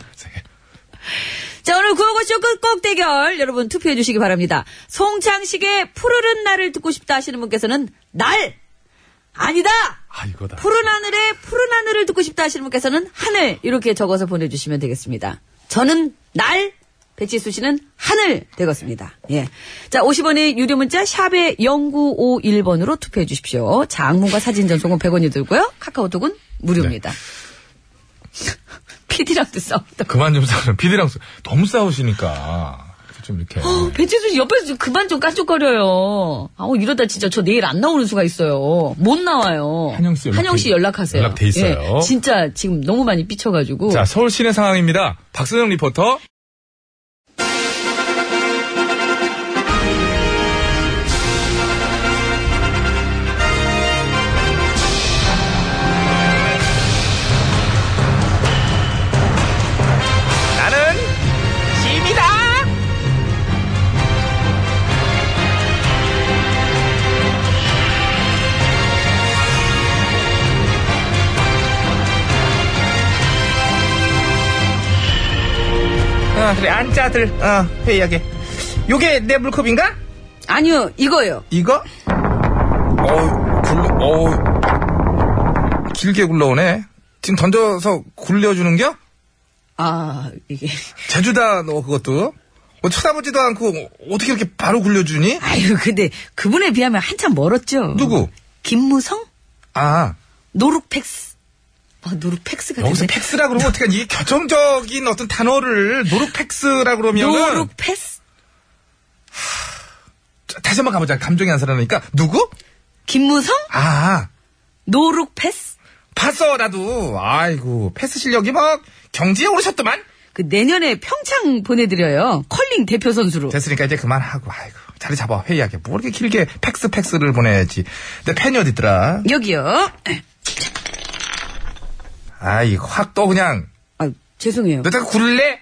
자 오늘 구호고쇼 끝곡 대결 여러분 투표해 주시기 바랍니다. 송창식의 푸르른 날을 듣고 싶다 하시는 분께서는 날 아니다. 아, 이거다. 푸른 하늘에 푸른 하늘을 듣고 싶다 하시는 분께서는 하늘 이렇게 적어서 보내주시면 되겠습니다. 저는 날 배치수 씨는 하늘 되겠습니다. 예. 자, 50원의 유료 문자 샵에 0951번으로 투표해 주십시오. 자, 악문과 사진 전송은 100원이 들고요. 카카오톡은 무료입니다. 네. (laughs) 피디랑도 싸웠다. 그만 좀 싸우는 피디랑 싸- 너무 싸우시니까 좀 이렇게 배치수 씨 옆에서 좀 그만 좀 깐족거려요. 아우, 어, 이러다 진짜 저 내일 안 나오는 수가 있어요. 못 나와요. 한영 씨 연락 돼- 연락하세요. 연락돼 있어요. 예, 진짜 지금 너무 많이 삐쳐가지고. 자 서울 시내 상황입니다. 박선영 리포터. 나는 짐이다. 아 그래 앉자들 어 회의하게 요게 내 물컵인가? 아니요, 이거요. 이거? 어우, 굴러, 어우, 길게 굴러오네. 지금 던져서 굴려주는 겨? 아, 이게. 제주다, 너 그것도. 뭐 쳐다보지도 않고 어떻게 이렇게 바로 굴려주니? 아유, 근데 그분에 비하면 한참 멀었죠. 누구? 김무성? 아, 노룩팩스. 아, 노룩팩스가 여기서 됐네. 팩스라 그러면 어떻게 이게 결정적인 어떤 단어를 노룩팩스라 그러면은 노룩패스? 다시 한번 가보자. 감정이 안 살아나니까 누구? 김무성? 아, 노룩패스? 봤어 나도. 아이고 패스 실력이 막 경지에 오르셨더만. 그 내년에 평창 보내드려요. 컬링 대표 선수로. 됐으니까 이제 그만하고 아이고 자리 잡아 회의하게 뭐 이렇게 길게 팩스 팩스를 보내야지 내 팬이 어딨더라 여기요. 아이 확 또 그냥 아, 죄송해요. 너 자꾸 굴래?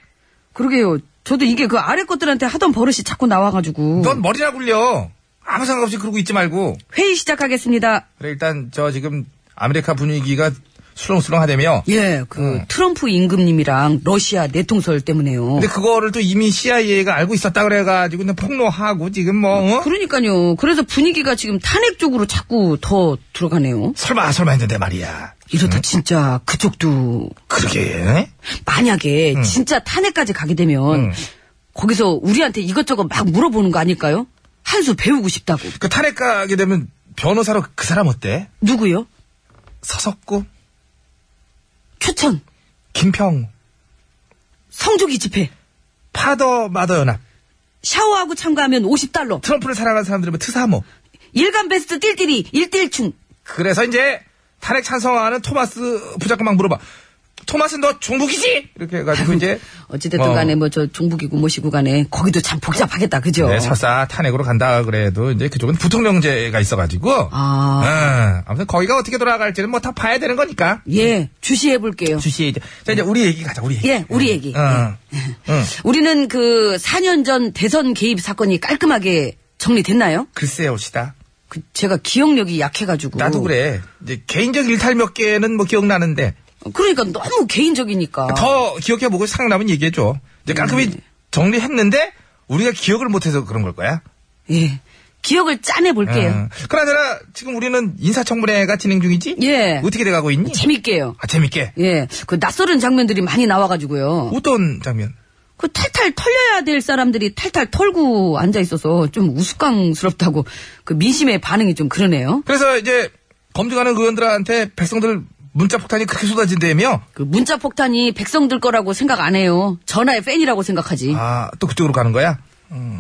그러게요. 저도 이게 그 아래 것들한테 하던 버릇이 자꾸 나와가지고. 넌 머리나 굴려 아무 상관없이 그러고 있지 말고 회의 시작하겠습니다. 그래 일단 저 지금 아메리카 분위기가 술렁술렁하다며 예, 그 트럼프 임금님이랑 러시아 내통설 때문에요. 네. 근데 그거를 또 이미 CIA가 알고 있었다 그래가지고 그냥 폭로하고 지금 뭐 어? 그러니까요. 그래서 분위기가 지금 탄핵 쪽으로 자꾸 더 들어가네요. 설마 설마 했는데 말이야 이러다 진짜 그쪽도 그러게 만약에 음. 진짜 탄핵까지 가게 되면 거기서 우리한테 이것저것 막 물어보는 거 아닐까요? 한 수 배우고 싶다고. 그 탄핵 가게 되면 변호사로 그 사람 어때? 누구요? 서석구 추천. 김평 성조기 집회. 파더 마더 연합 샤워하고 참가하면 50달러. 트럼프를 사랑하는 사람들은 트사모. 일간 베스트 띨띨이 1띨충. 그래서 이제 탄핵 찬성하는 토마스 부작가 막 물어봐. 토마스 너 중국이지? 이렇게 해가지고 이제 어찌됐든 어. 간에 뭐 저 종북이고 뭐시고 간에 거기도 참 복잡하겠다. 그죠? 네, 설사 탄핵으로 간다 그래도 이제 그쪽은 부통령제가 있어가지고 아. 어, 아무튼 거기가 어떻게 돌아갈지는 뭐 다 봐야 되는 거니까 예, 주시해 볼게요. 주시 이제 자 이제 우리 얘기 가자 우리 얘기 예, 우리 얘기. 어. 우리는 그 4년 전 대선 개입 사건이 깔끔하게 정리됐나요? 글쎄 옵시다 그 제가 기억력이 약해가지고. 나도 그래 이제 개인적 일탈 몇 개는 뭐 기억나는데 그러니까 너무 개인적이니까. 더 기억해보고 생각나면 얘기해줘 이제 깔끔히 음. 정리했는데 우리가 기억을 못해서 그런 걸 거야 예. 기억을 짜내 볼게요. 음. 그나저나 지금 우리는 인사청문회가 진행 중이지? 예. 어떻게 돼가고 있니? 재밌게요. 아 재밌게. 예. 그 낯설은 장면들이 많이 나와가지고요. 어떤 장면? 그 탈탈 털려야 될 사람들이 탈탈 털고 앉아 있어서 좀 우스꽝스럽다고 그 민심의 반응이 좀 그러네요. 그래서 이제 검증하는 의원들한테 백성들 문자 폭탄이 그렇게 쏟아진다며? 그 문자 폭탄이 백성들 거라고 생각 안 해요. 전화의 팬이라고 생각하지. 아또 그쪽으로 가는 거야?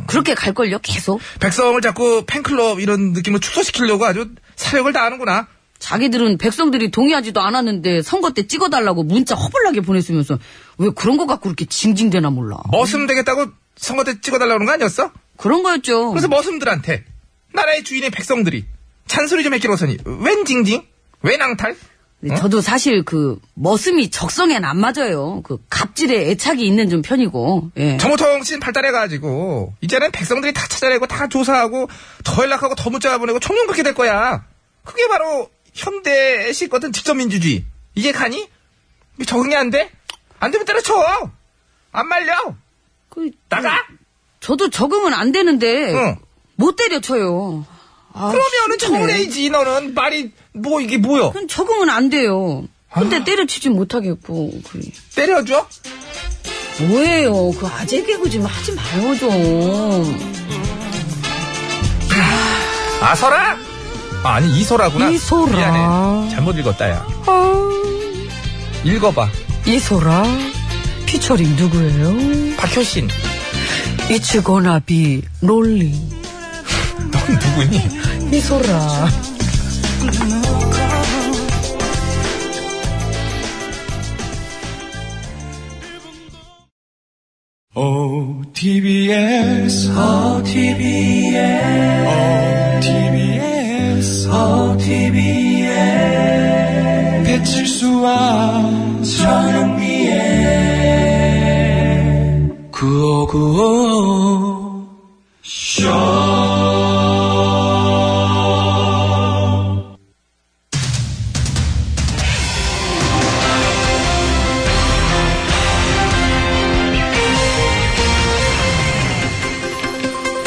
그렇게 갈걸요, 계속. 백성을 자꾸 팬클럽 이런 느낌으로 축소시키려고 아주 사력을 다하는구나. 자기들은 백성들이 동의하지도 않았는데 선거 때 찍어달라고 문자 허벌나게 보냈으면서 왜 그런 거 갖고 그렇게 징징대나 몰라. 머슴 되겠다고 선거 때 찍어달라는 거 아니었어? 그런 거였죠. 그래서 머슴들한테 나라의 주인인 백성들이 잔소리 좀 했기로서니 웬 징징? 웬 앙탈? 근데 저도 사실 그 머슴이 적성엔 안 맞아요. 그 갑질에 애착이 있는 좀 편이고. 예. 정보통신 발달해가지고 이제는 백성들이 다 찾아내고 다 조사하고 더 연락하고 더 문자 보내고 총용 받게 될 거야. 그게 바로 현대식 어떤 직접 민주주의. 이게 가니? 이게 적응이 안 돼? 안 되면 때려쳐. 안 말려. 그, 나가. 저도 적응은 안 되는데 응. 못 때려쳐요. 아, 심하네. 그러면은 청문회이지 너는 말이 뭐 이게 뭐야? 그건 적응은 안 돼요. 근데 때려치지 못하겠고. 그 때려줘? 뭐예요? 그 아재 개그 좀 하지 말고 좀. 아서라? 아, 아니 이소라구나. 아. 이소라. 미안해. 잘못 읽었다 야. 읽어봐. 이소라 피처링 누구예요? 박효신. 이치고나비 롤링 넌 누구니? 이소라 OTBS, OTBS, OTBS, OTBS. 배칠수와 저녁미에 9595.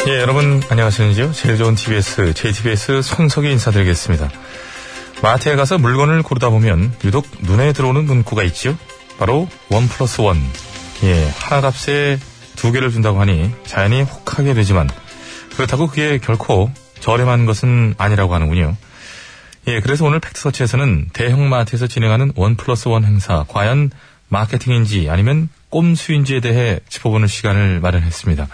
예, 여러분 안녕하십니까? 제일 좋은 TBS, JTBS 손석희 인사드리겠습니다. 마트에 가서 물건을 고르다 보면 유독 눈에 들어오는 문구가 있지요. 바로 원 플러스 원. 예, 하나 값에 두 개를 준다고 하니 자연히 혹하게 되지만 그렇다고 그게 결코 저렴한 것은 아니라고 하는군요. 예, 그래서 오늘 팩트서치에서는 대형 마트에서 진행하는 원 플러스 원 행사 과연 마케팅인지 아니면 꼼수인지에 대해 짚어보는 시간을 마련했습니다.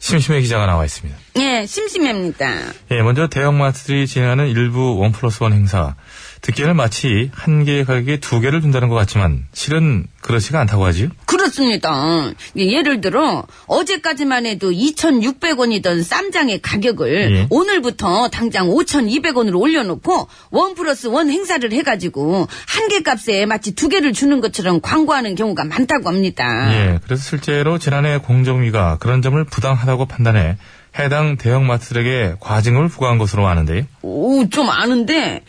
심심해 기자가 나와 있습니다. 예, 심심합니다. 예, 먼저 대형마트들이 진행하는 일부 원 플러스 원 행사. 듣기에는 마치 한 개의 가격에 두 개를 준다는 것 같지만 실은 그렇지가 않다고 하지요. 그렇습니다. 예, 예를 들어 어제까지만 해도 2,600원이던 쌈장의 가격을 예. 오늘부터 당장 5,200원으로 올려놓고 원 플러스 원 행사를 해가지고 한 개 값에 마치 두 개를 주는 것처럼 광고하는 경우가 많다고 합니다. 예, 그래서 실제로 지난해 공정위가 그런 점을 부당하다고 판단해 해당 대형마트들에게 과징을 부과한 것으로 아는데요. 오, 좀 아는데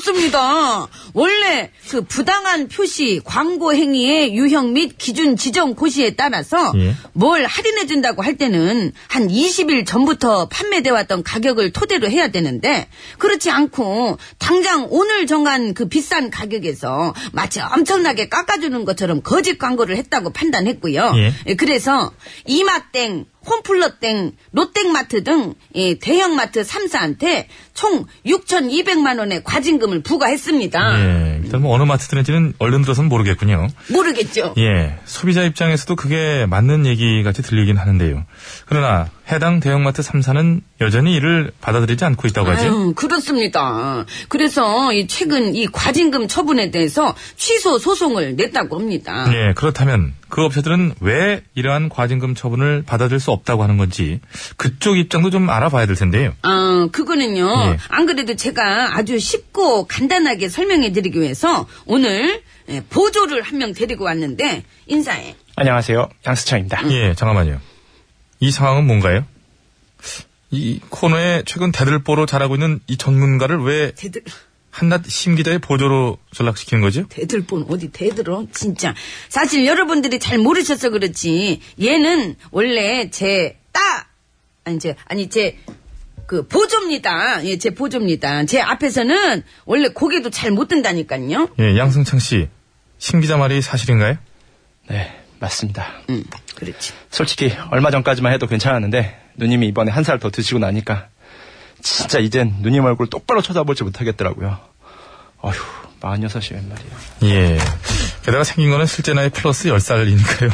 그렇습니다. 원래 그 부당한 표시, 광고 행위의 유형 및 기준 지정 고시에 따라서 예. 뭘 할인해 준다고 할 때는 한 20일 전부터 판매돼 왔던 가격을 토대로 해야 되는데 그렇지 않고 당장 오늘 정한 그 비싼 가격에서 마치 엄청나게 깎아주는 것처럼 거짓 광고를 했다고 판단했고요. 예. 예, 그래서 이마땡, 홈플러땡, 롯땡마트 등 예, 대형마트 3사한테 총 6,200만 원의 과징금을 부과했습니다. 예, 일단 뭐 어느 마트들인지는 얼른 들어서는 모르겠군요. 모르겠죠? 예, 소비자 입장에서도 그게 맞는 얘기 같이 들리긴 하는데요. 그러나 해당 대형마트 3사는 여전히 이를 받아들이지 않고 있다고 하죠. 아유, 음, 그렇습니다. 그래서 이 최근 이 과징금 처분에 대해서 취소 소송을 냈다고 합니다. 예, 그렇다면 그 업체들은 왜 이러한 과징금 처분을 받아들일 수 없다고 하는 건지 그쪽 입장도 좀 알아봐야 될 텐데요. 아, 그거는요. 예. 안 그래도 제가 아주 쉽고 간단하게 설명해 드리기 위해서 오늘 예, 보조를 한 명 데리고 왔는데 인사해. 안녕하세요. 양수창입니다. 예, 잠깐만요. 이 상황은 뭔가요? 이 코너에 최근 대들보로 잘하고 있는 이 전문가를 왜 대들 한낱 심기자의 보조로 전락시키는 거죠? 대들본 어디 대들어 진짜 사실 여러분들이 잘 모르셔서 그렇지 얘는 원래 제따 아니 제 아니 제 그 보조입니다 예 제 보조입니다 제 앞에서는 원래 고개도 잘 못 든다니까요 예, 양승창 씨, 심기자 말이 사실인가요? 네, 맞습니다. 음 그렇지 솔직히 얼마 전까지만 해도 괜찮았는데 누님이 이번에 한 살 더 드시고 나니까 진짜 이젠 누님 얼굴 똑바로 쳐다보지 못하겠더라고요. 어휴, 마흔여섯이 웬 말이야. 예. 게다가 생긴 거는 실제 나이 플러스 10살이니까요.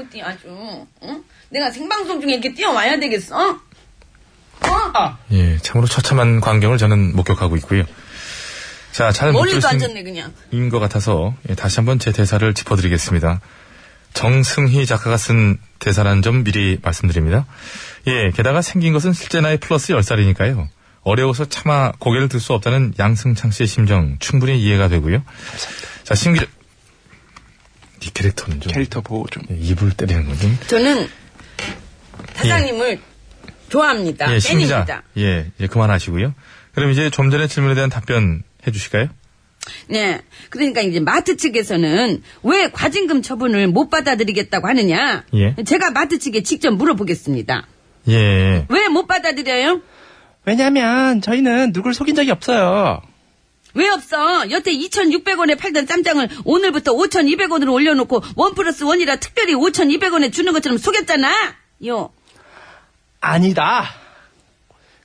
어디 아주 응 내가 생방송 중에 이렇게 뛰어와야 되겠어 어? 아, 예, 참으로 처참한 광경을 저는 목격하고 있고요. 자, 잘못 멀리도 들으신 앉았네 그냥 인 것 같아서 예, 다시 한번 제 대사를 짚어드리겠습니다. 정승희 작가가 쓴 대사라는 점 미리 말씀드립니다. 예, 게다가 생긴 것은 실제 나이 플러스 10살이니까요. 어려워서 차마 고개를 들 수 없다는 양승창 씨의 심정 충분히 이해가 되고요. 자, 신기 네 캐릭터는 좀 캐릭터 보호 좀. 예, 입을 때리는 건 좀. 저는 사장님을 좋아합니다 예, 팬입니다 심자. 예, 이제 그만하시고요. 그럼 이제 좀 전에 질문에 대한 답변 해주실까요? 네. 그러니까 이제 마트 측에서는 왜 과징금 처분을 못 받아들이겠다고 하느냐? 예. 제가 마트 측에 직접 물어보겠습니다. 예. 왜 못 받아들여요? 왜냐면 저희는 누굴 속인 적이 없어요. 왜 없어? 여태 2,600원에 팔던 쌈장을 오늘부터 5,200원으로 올려놓고 원 플러스 원이라 특별히 5,200원에 주는 것처럼 속였잖아. 요. 아니다.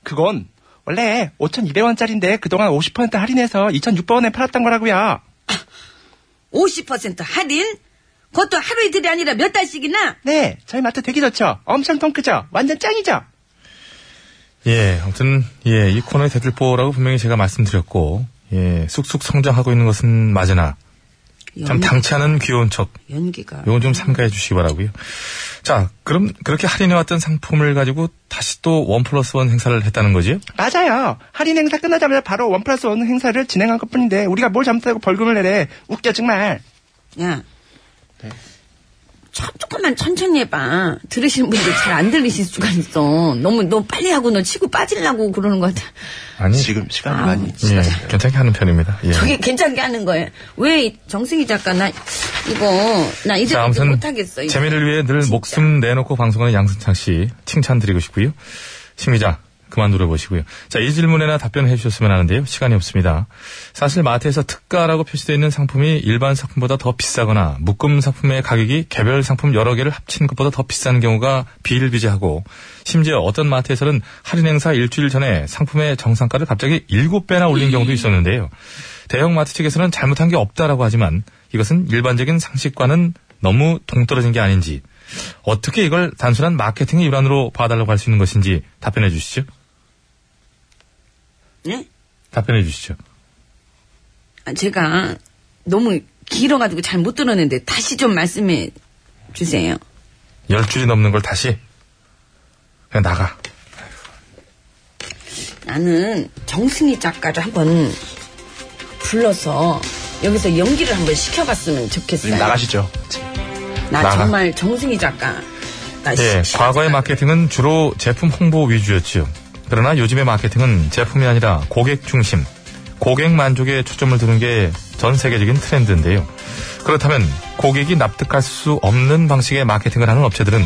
그건 원래 5,200원짜리인데 그동안 50% 할인해서 2,600원에 팔았던 거라고요. 50% 할인? 그것도 하루 이틀이 아니라 몇 달씩이나? 네, 저희 마트 되게 좋죠. 엄청 통 크죠. 완전 짱이죠. 예, 아무튼 예, 이 코너의 대들보라고 분명히 제가 말씀드렸고 예, 쑥쑥 성장하고 있는 것은 맞으나 참 당치 않은 귀여운 척 연기가. 요건 좀 삼가해 주시기 바라고요. 자, 그럼 그렇게 할인해 왔던 상품을 가지고 다시 또 원 플러스 원 행사를 했다는 거지요? 맞아요. 할인 행사 끝나자마자 바로 원 플러스 원 행사를 진행한 것 뿐인데 우리가 뭘 잘못하고 벌금을 내래. 웃겨 정말. 야. 네. 참, 조금만 천천히 해봐. 들으시는 분들 잘 안 들리실 수가 있어. 너무, 너무 빨리 하고 너 치고 빠지려고 그러는 것 같아. 아니, 지금 시간이 많이 예, 괜찮게 하는 편입니다. 예. 저게 괜찮게 하는 거예요. 왜이 정승희 작가 나 이거 나 이제 자, 이제 아무튼 못하겠어. 이거. 재미를 위해 늘 진짜. 목숨 내놓고 방송하는 양승창 씨 칭찬드리고 싶고요. 심의자 그만 노려보시고요. 자, 이 질문에나 답변해 주셨으면 하는데요. 시간이 없습니다. 사실 마트에서 특가라고 표시되어 있는 상품이 일반 상품보다 더 비싸거나 묶음 상품의 가격이 개별 상품 여러 개를 합친 것보다 더 비싼 경우가 비일비재하고 심지어 어떤 마트에서는 할인 행사 일주일 전에 상품의 정상가를 갑자기 7배나 올린 경우도 예. 있었는데요. 대형 마트 측에서는 잘못한 게 없다라고 하지만 이것은 일반적인 상식과는 너무 동떨어진 게 아닌지 어떻게 이걸 단순한 마케팅의 일환으로 봐달라고 할 수 있는 것인지 답변해 주시죠. 네? 답변해 주시죠. 아, 제가 너무 길어가지고 잘 못 들었는데 다시 좀 말씀해 주세요. 열 줄이 넘는 걸 다시 그냥 나가. 나는 정승희 작가를 한번 불러서 여기서 연기를 한번 시켜봤으면 좋겠어요. 지금 나가시죠. 나 나가. 정말 정승희 작가. 나 예, 시- 과거의 마케팅은 주로 제품 홍보 위주였지요. 그러나 요즘의 마케팅은 제품이 아니라 고객 중심, 고객 만족에 초점을 두는 게 전 세계적인 트렌드인데요. 그렇다면 고객이 납득할 수 없는 방식의 마케팅을 하는 업체들은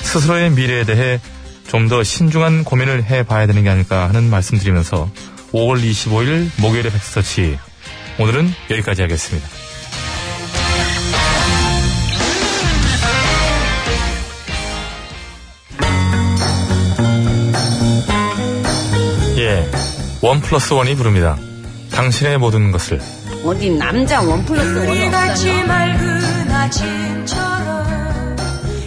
스스로의 미래에 대해 좀 더 신중한 고민을 해봐야 되는 게 아닐까 하는 말씀드리면서 5월 25일 목요일의 백스터치 오늘은 여기까지 하겠습니다. 예, 원 플러스 원이 부릅니다. 당신의 모든 것을. 어디 남자 원 플러스 원 없어요. 맑은 아침처럼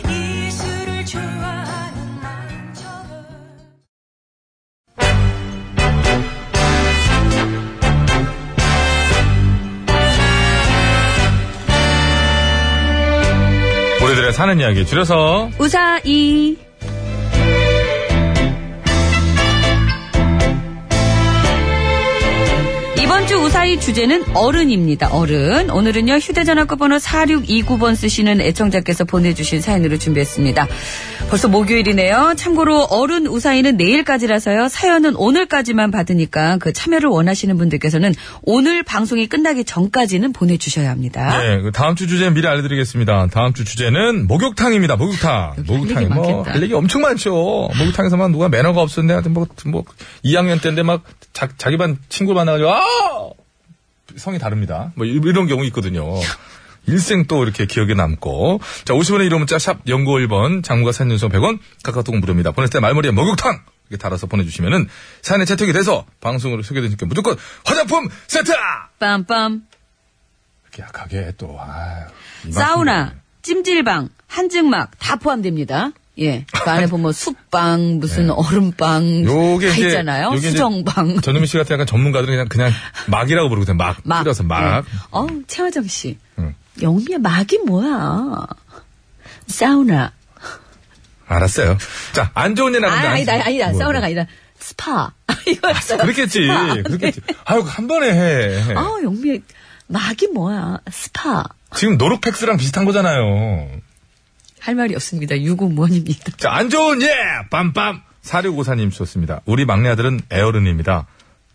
이슬을 좋아하는 마음처럼 우리들의 사는 이야기 줄여서 우사이. 이번 주 우사이 주제는 어른입니다. 어른. 오늘은요, 휴대전화 끝번호 4629번 쓰시는 애청자께서 보내주신 사연으로 준비했습니다. 벌써 목요일이네요. 참고로 어른 우사이는 내일까지라서요, 사연은 오늘까지만 받으니까 그 참여를 원하시는 분들께서는 오늘 방송이 끝나기 전까지는 보내주셔야 합니다. 네, 그 다음 주 주제 미리 알려드리겠습니다. 다음 주 주제는 목욕탕입니다. 목욕탕. 여기 할 목욕탕이 얘기 뭐, 많겠다. 할 얘기 엄청 많죠. 목욕탕에서만 누가 매너가 없었는데, 하여튼 뭐, 뭐, 2학년 때인데 막 자, 자기 반 친구 만나가지고, 아! 성이 다릅니다. 뭐, 이- 이런 경우 있거든요. 일생 또 이렇게 기억에 남고. 자, 50원의 이름 문자, 샵 0951번, 장무가 산연소 100원, 카카오톡 무료입니다. 보냈을 때 말머리에 목욕탕! 이렇게 달아서 보내주시면은, 사연에 채택이 돼서 방송으로 소개되신 게 무조건 화장품 세트! 빰빰. 이렇게 약하게 또, 아유. 이 사우나, 방송이. 찜질방, 한증막 다 포함됩니다. 예. 그 안에 (laughs) 보면 숯빵, 무슨 얼음빵 네. 요게 다 이제- 있잖아요. 요게 이제 수정방. 뭐. 전현미 씨 같은 약간 전문가들은 그냥, 그냥 막이라고 부르거든요. (laughs) 막. 막. 줄여서 막. 예. 어, 최화정 씨. 응. 영미의 막이 뭐야? 사우나. 알았어요. 자, 안 좋은 일 아, 나는데. 아니다, 아니다. 뭐, 사우나가 뭐. 아니라 스파. (laughs) 이거였어요. 그렇겠지. 스파. 네. 그렇겠지. 아유, 한 번에 해. 아, 영미의 막이 뭐야? 스파. 지금 노룩팩스랑 비슷한 거잖아요. 할 말이 없습니다. 유고무원입니다. 자, 안 좋은 예! 빰빰! 4654님 좋습니다. 우리 막내 아들은 애어른입니다.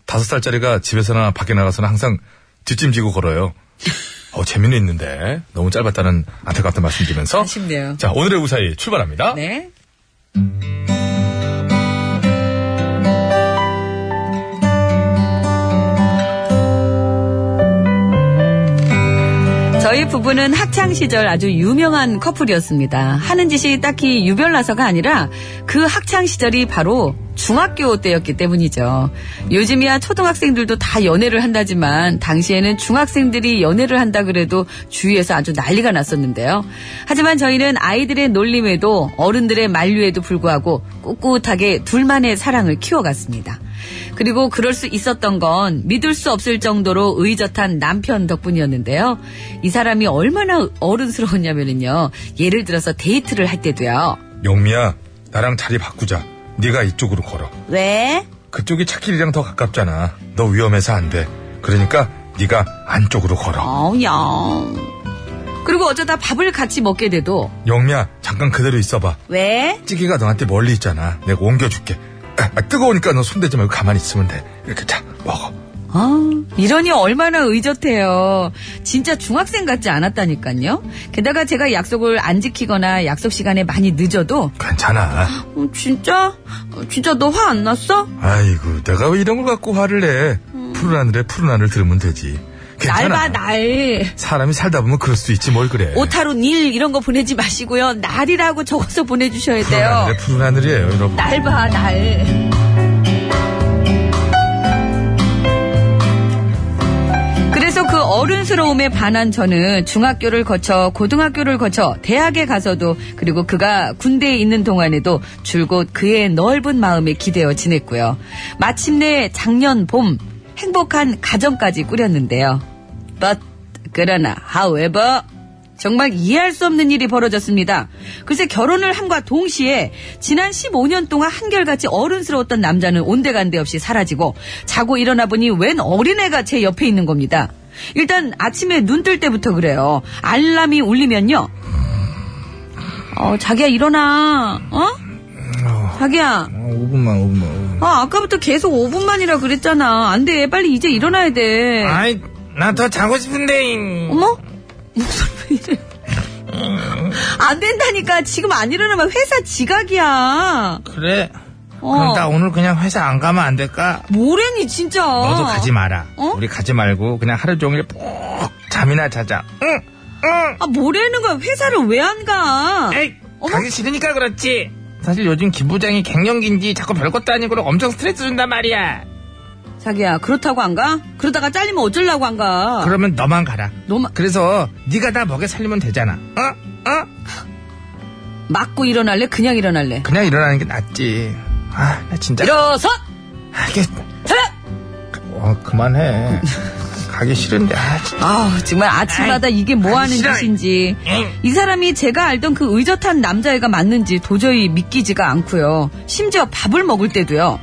다섯 살짜리가 집에서나 밖에 나가서는 항상 뒷짐지고 걸어요. 어, 재미는 있는데. 너무 짧았다는 안타깝다 말씀드리면서. 아쉽네요. 자, 오늘의 우사히 출발합니다. 네. 저희 부부는 학창 시절 아주 유명한 커플이었습니다. 하는 짓이 딱히 유별나서가 아니라 그 학창 시절이 바로 중학교 때였기 때문이죠. 요즘이야 초등학생들도 다 연애를 한다지만 당시에는 중학생들이 연애를 한다 그래도 주위에서 아주 난리가 났었는데요. 하지만 저희는 아이들의 놀림에도 어른들의 만류에도 불구하고 꿋꿋하게 둘만의 사랑을 키워갔습니다. 그리고 그럴 수 있었던 건 믿을 수 없을 정도로 의젓한 남편 덕분이었는데요. 이 사람이 얼마나 어른스러웠냐면요. 예를 들어서 데이트를 할 때도요. 영미야, 나랑 자리 바꾸자. 네가 이쪽으로 걸어. 왜? 그쪽이 차길이랑 더 가깝잖아. 너 위험해서 안 돼. 그러니까 네가 안쪽으로 걸어. 어야. 그리고 어쩌다 밥을 같이 먹게 돼도 영미야, 잠깐 그대로 있어봐. 왜? 찌개가 너한테 멀리 있잖아. 내가 옮겨줄게. 아, 아, 뜨거우니까 너 손대지 말고 가만히 있으면 돼. 이렇게 자, 먹어. 아, 이러니 얼마나 의젓해요. 진짜 중학생 같지 않았다니까요. 게다가 제가 약속을 안 지키거나 약속 시간에 많이 늦어도 괜찮아. 어, 진짜? 어, 진짜 너 화 안 났어? 아이고, 내가 왜 이런 걸 갖고 화를 내? 푸른 하늘에 푸른 하늘 들으면 되지. 괜찮아. 날 봐, 날. 사람이 살다 보면 그럴 수도 있지 뭘 그래. 오타로 닐 이런 거 보내지 마시고요. 날이라고 적어서 보내주셔야 푸른 돼요. 하늘에 푸른 하늘이에요, 여러분. 네. 날 봐, 날. 그래서 그 어른스러움에 반한 저는 중학교를 거쳐 고등학교를 거쳐 대학에 가서도 그리고 그가 군대에 있는 동안에도 줄곧 그의 넓은 마음에 기대어 지냈고요. 마침내 작년 봄 행복한 가정까지 꾸렸는데요. But 그러나 however 정말 이해할 수 없는 일이 벌어졌습니다. 글쎄 결혼을 함과 동시에 지난 15년 동안 한결같이 어른스러웠던 남자는 온데간데 없이 사라지고 자고 일어나 보니 웬 어린애가 제 옆에 있는 겁니다. 일단 아침에 눈 뜰 때부터 그래요. 알람이 울리면요. 어, 자기야 일어나. 어? 자기야. 5분만, 5분만. 아, 아까부터 계속 5분만이라 그랬잖아. 안 돼. 빨리 이제 일어나야 돼. 아이, 나 더 자고 싶은데. 어머? 목소리 왜 이래? 안 된다니까. 지금 안 일어나면 회사 지각이야. 그래. 어. 그럼 나 오늘 그냥 회사 안 가면 안 될까? 뭐래니, 진짜. 너도 가지 마라. 어? 우리 가지 말고 그냥 하루 종일 푹 잠이나 자자. 응, 응. 아, 뭐라는 거야. 회사를 왜 안 가? 에이, 어머. 가기 싫으니까 그렇지. 사실 요즘 김부장이 갱년기인지 자꾸 별것도 아닌 걸로 엄청 스트레스 준단 말이야. 자기야, 그렇다고 안 가? 그러다가 잘리면 어쩌려고 안 가? 그러면 너만 가라. 너만 그래서 네가 나 먹여 살리면 되잖아. 어? 어? 맞고 일어날래? 그냥 일어날래? 그냥 일어나는 게 낫지. 아, 나 진짜 일어서! 가기 서라! 어, 그만해. 가기 싫은데. 아, 진짜. 아 정말 아침마다 이게 뭐 하는 싫어. 짓인지. 이 사람이 제가 알던 그 의젓한 남자애가 맞는지 도저히 믿기지가 않고요. 심지어 밥을 먹을 때도요.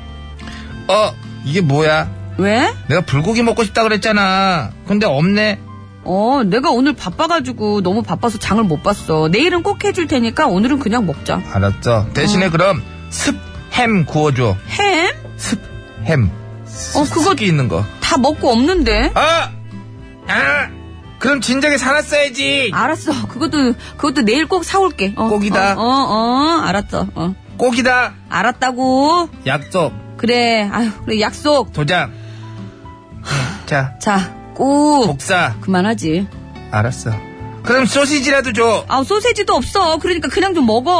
어, 이게 뭐야? 왜? 내가 불고기 먹고 싶다 그랬잖아. 근데 없네. 어, 내가 오늘 바빠가지고 너무 바빠서 장을 못 봤어. 내일은 꼭 해줄 테니까 오늘은 그냥 먹자. 알았어. 대신에 그럼 습햄 구워줘. 햄? 습햄. 어, 그거- 습이 있는 거. 다 먹고 없는데. 아! 아! 그럼 진작에 사놨어야지. 알았어. 그것도, 그것도 내일 꼭 사올게. 어, 꼭이다. 어, 어, 어, 알았어. 어. 꼭이다. 알았다고. 약속. 그래. 아유, 그래. 약속. 도장. 자, 자, 꼭. 복사. 그만하지. 알았어. 그럼 소시지라도 줘. 아, 소세지도 없어. 그러니까 그냥 좀 먹어.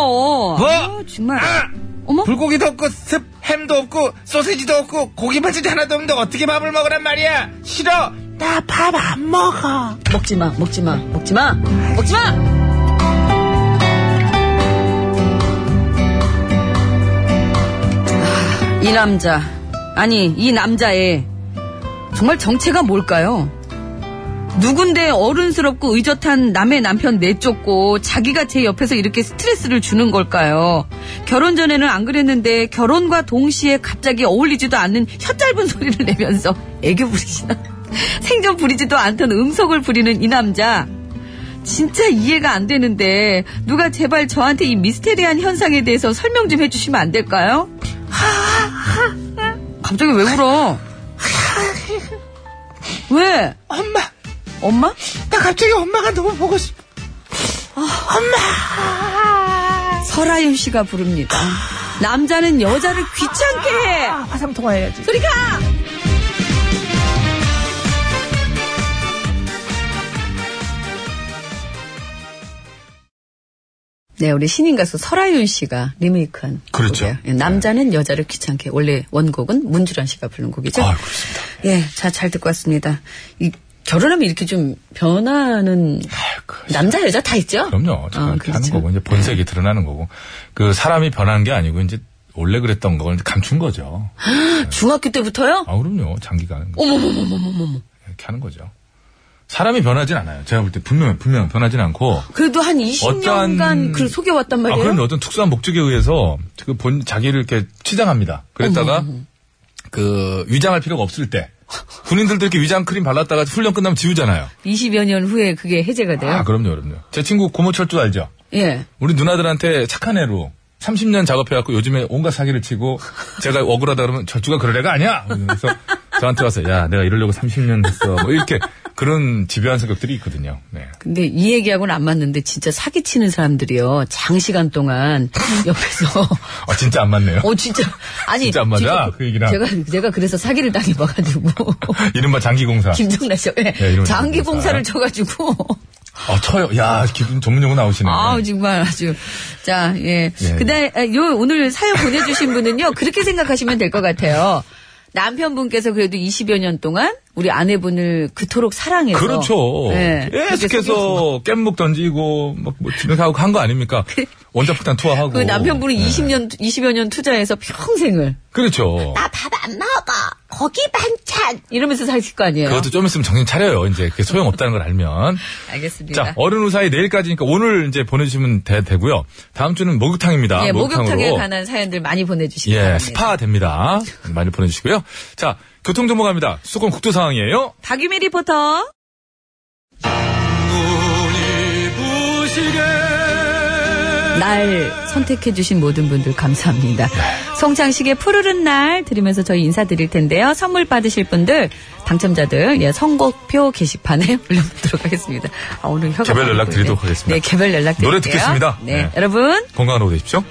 뭐? 아, 정말. 아! 어머? 불고기도 없고 습햄도 없고 소시지도 없고 고기 반찬 하나도 없는데 어떻게 밥을 먹으란 말이야? 싫어. 나 밥 안 먹어. 먹지 마, 먹지 마, 먹지 마, 먹지 마! 아, 이 남자, 아니, 이 남자의 정말 정체가 뭘까요? 누군데 어른스럽고 의젓한 남의 남편 내쫓고 자기가 제 옆에서 이렇게 스트레스를 주는 걸까요? 결혼 전에는 안 그랬는데 결혼과 동시에 갑자기 어울리지도 않는 혀 짧은 소리를 내면서 애교 부리시나? (laughs) 생전 부리지도 않던 음성을 부리는 이 남자. 진짜 이해가 안 되는데 누가 제발 저한테 이 미스테리한 현상에 대해서 설명 좀 해주시면 안 될까요? 갑자기 왜 울어? 왜? 엄마, 엄마? 나 갑자기 엄마가 너무 보고 싶어. 설아연 씨가 부릅니다. 남자는 여자를 귀찮게 해. 아, 화상 통화해야지. 소리 가. 네, 우리 신인 가수 설아윤 씨가 리메이크한 그렇죠. 곡이에요. 예, 남자는 여자를 귀찮게 원래 원곡은 문주란 씨가 부른 곡이죠. 아, 그렇습니다. 예, 자잘 듣고 왔습니다. 이 결혼하면 이렇게 좀 변하는 남자 여자 다 있죠. 아, 그럼요. 제가 어, 이렇게 하는 거고 이제 본색이 드러나는 거고 그 사람이 변한 게 아니고 이제 원래 그랬던 걸 이제 감춘 거죠. 중학교 때부터요? 아 그럼요. 장기간. 어머머머머머머. 이렇게 하는 거죠. 사람이 변하진 않아요. 제가 볼 때 분명 분명 변하진 않고 그래도 한 20년간 어떤- 그 속여왔단 아, 말이에요. 그런 어떤 특수한 목적에 의해서 그 본 자기를 이렇게 치장합니다. 그랬다가 그 위장할 필요가 없을 때 군인들도 이렇게 위장 크림 발랐다가 훈련 끝나면 지우잖아요. 20여 년 후에 그게 해제가 돼요. 아, 그럼요, 그럼요. 제 친구 고모철도 알죠? 예. 우리 누나들한테 착한 애로 30년 작업해갖고 요즘에 온갖 사기를 치고 제가 억울하다 그러면 절주가 그럴 애가 아니야! 그래서 저한테 와서 야, 내가 이러려고 30년 했어. 뭐 이렇게 그런 집요한 성격들이 있거든요. 네. 근데 이 얘기하고는 안 맞는데 진짜 사기치는 사람들이요. 장시간 동안 (laughs) 옆에서 아, 진짜 안 맞네요. 어 진짜 아니 진짜 안 맞아? 제가- 그 얘기랑. 제가 제가 그래서 사기를 당해봐가지고 이른바 장기공사. (laughs) 김정나 씨 예, 이런 장기 장기공사. 공사를 쳐가지고 아, 쳐요. 야, 기분 전문용어 나오시네. 아우 정말 아주 자예 예. 근데 아, 요 오늘 사연 보내주신 분은요 그렇게 생각하시면 될 것 같아요 남편분께서 그래도 20여 년 동안 우리 아내분을 그토록 사랑해서 그렇죠. 예, 그렇게 속였구나. 계속해서 깻목 던지고, 막, 뭐, 집에 가고 한 (laughs) 거 아닙니까? 원자폭탄 투하하고. 그 남편분은 예. 20년 20여 년 투자해서 평생을 그렇죠. 나 밥 안 먹어 고기 반찬 이러면서 사실 거 아니에요 그것도 좀 있으면 정신 차려요. 이제 그게 소용없다는 걸 알면. 알겠습니다 자, 어른 우사히 내일까지니까 오늘 이제 보내주시면 되, 고요 다음 주는 목욕탕입니다. 예, 목욕탕에 목욕탕으로. 관한 사연들 많이 보내주시기 예, 바랍니다. 스파 됩니다. 많이 보내주시고요. 자, 교통정보 갑니다. 수도권 국도 상황이에요. 박유미 리포터. 날 선택해주신 모든 분들 감사합니다. 송창식의 푸르른 날 들으면서 저희 인사드릴 텐데요. 선물 받으실 분들, 당첨자들, 예, 선곡표 게시판에 (laughs) 올려놓도록 하겠습니다. 아, 오늘 혀가. 개별 많이 연락 보이네. 드리도록 하겠습니다. 네, 개별 연락 드릴게요. 노래 듣겠습니다. 네. 네. 여러분, 건강하고 되십시오.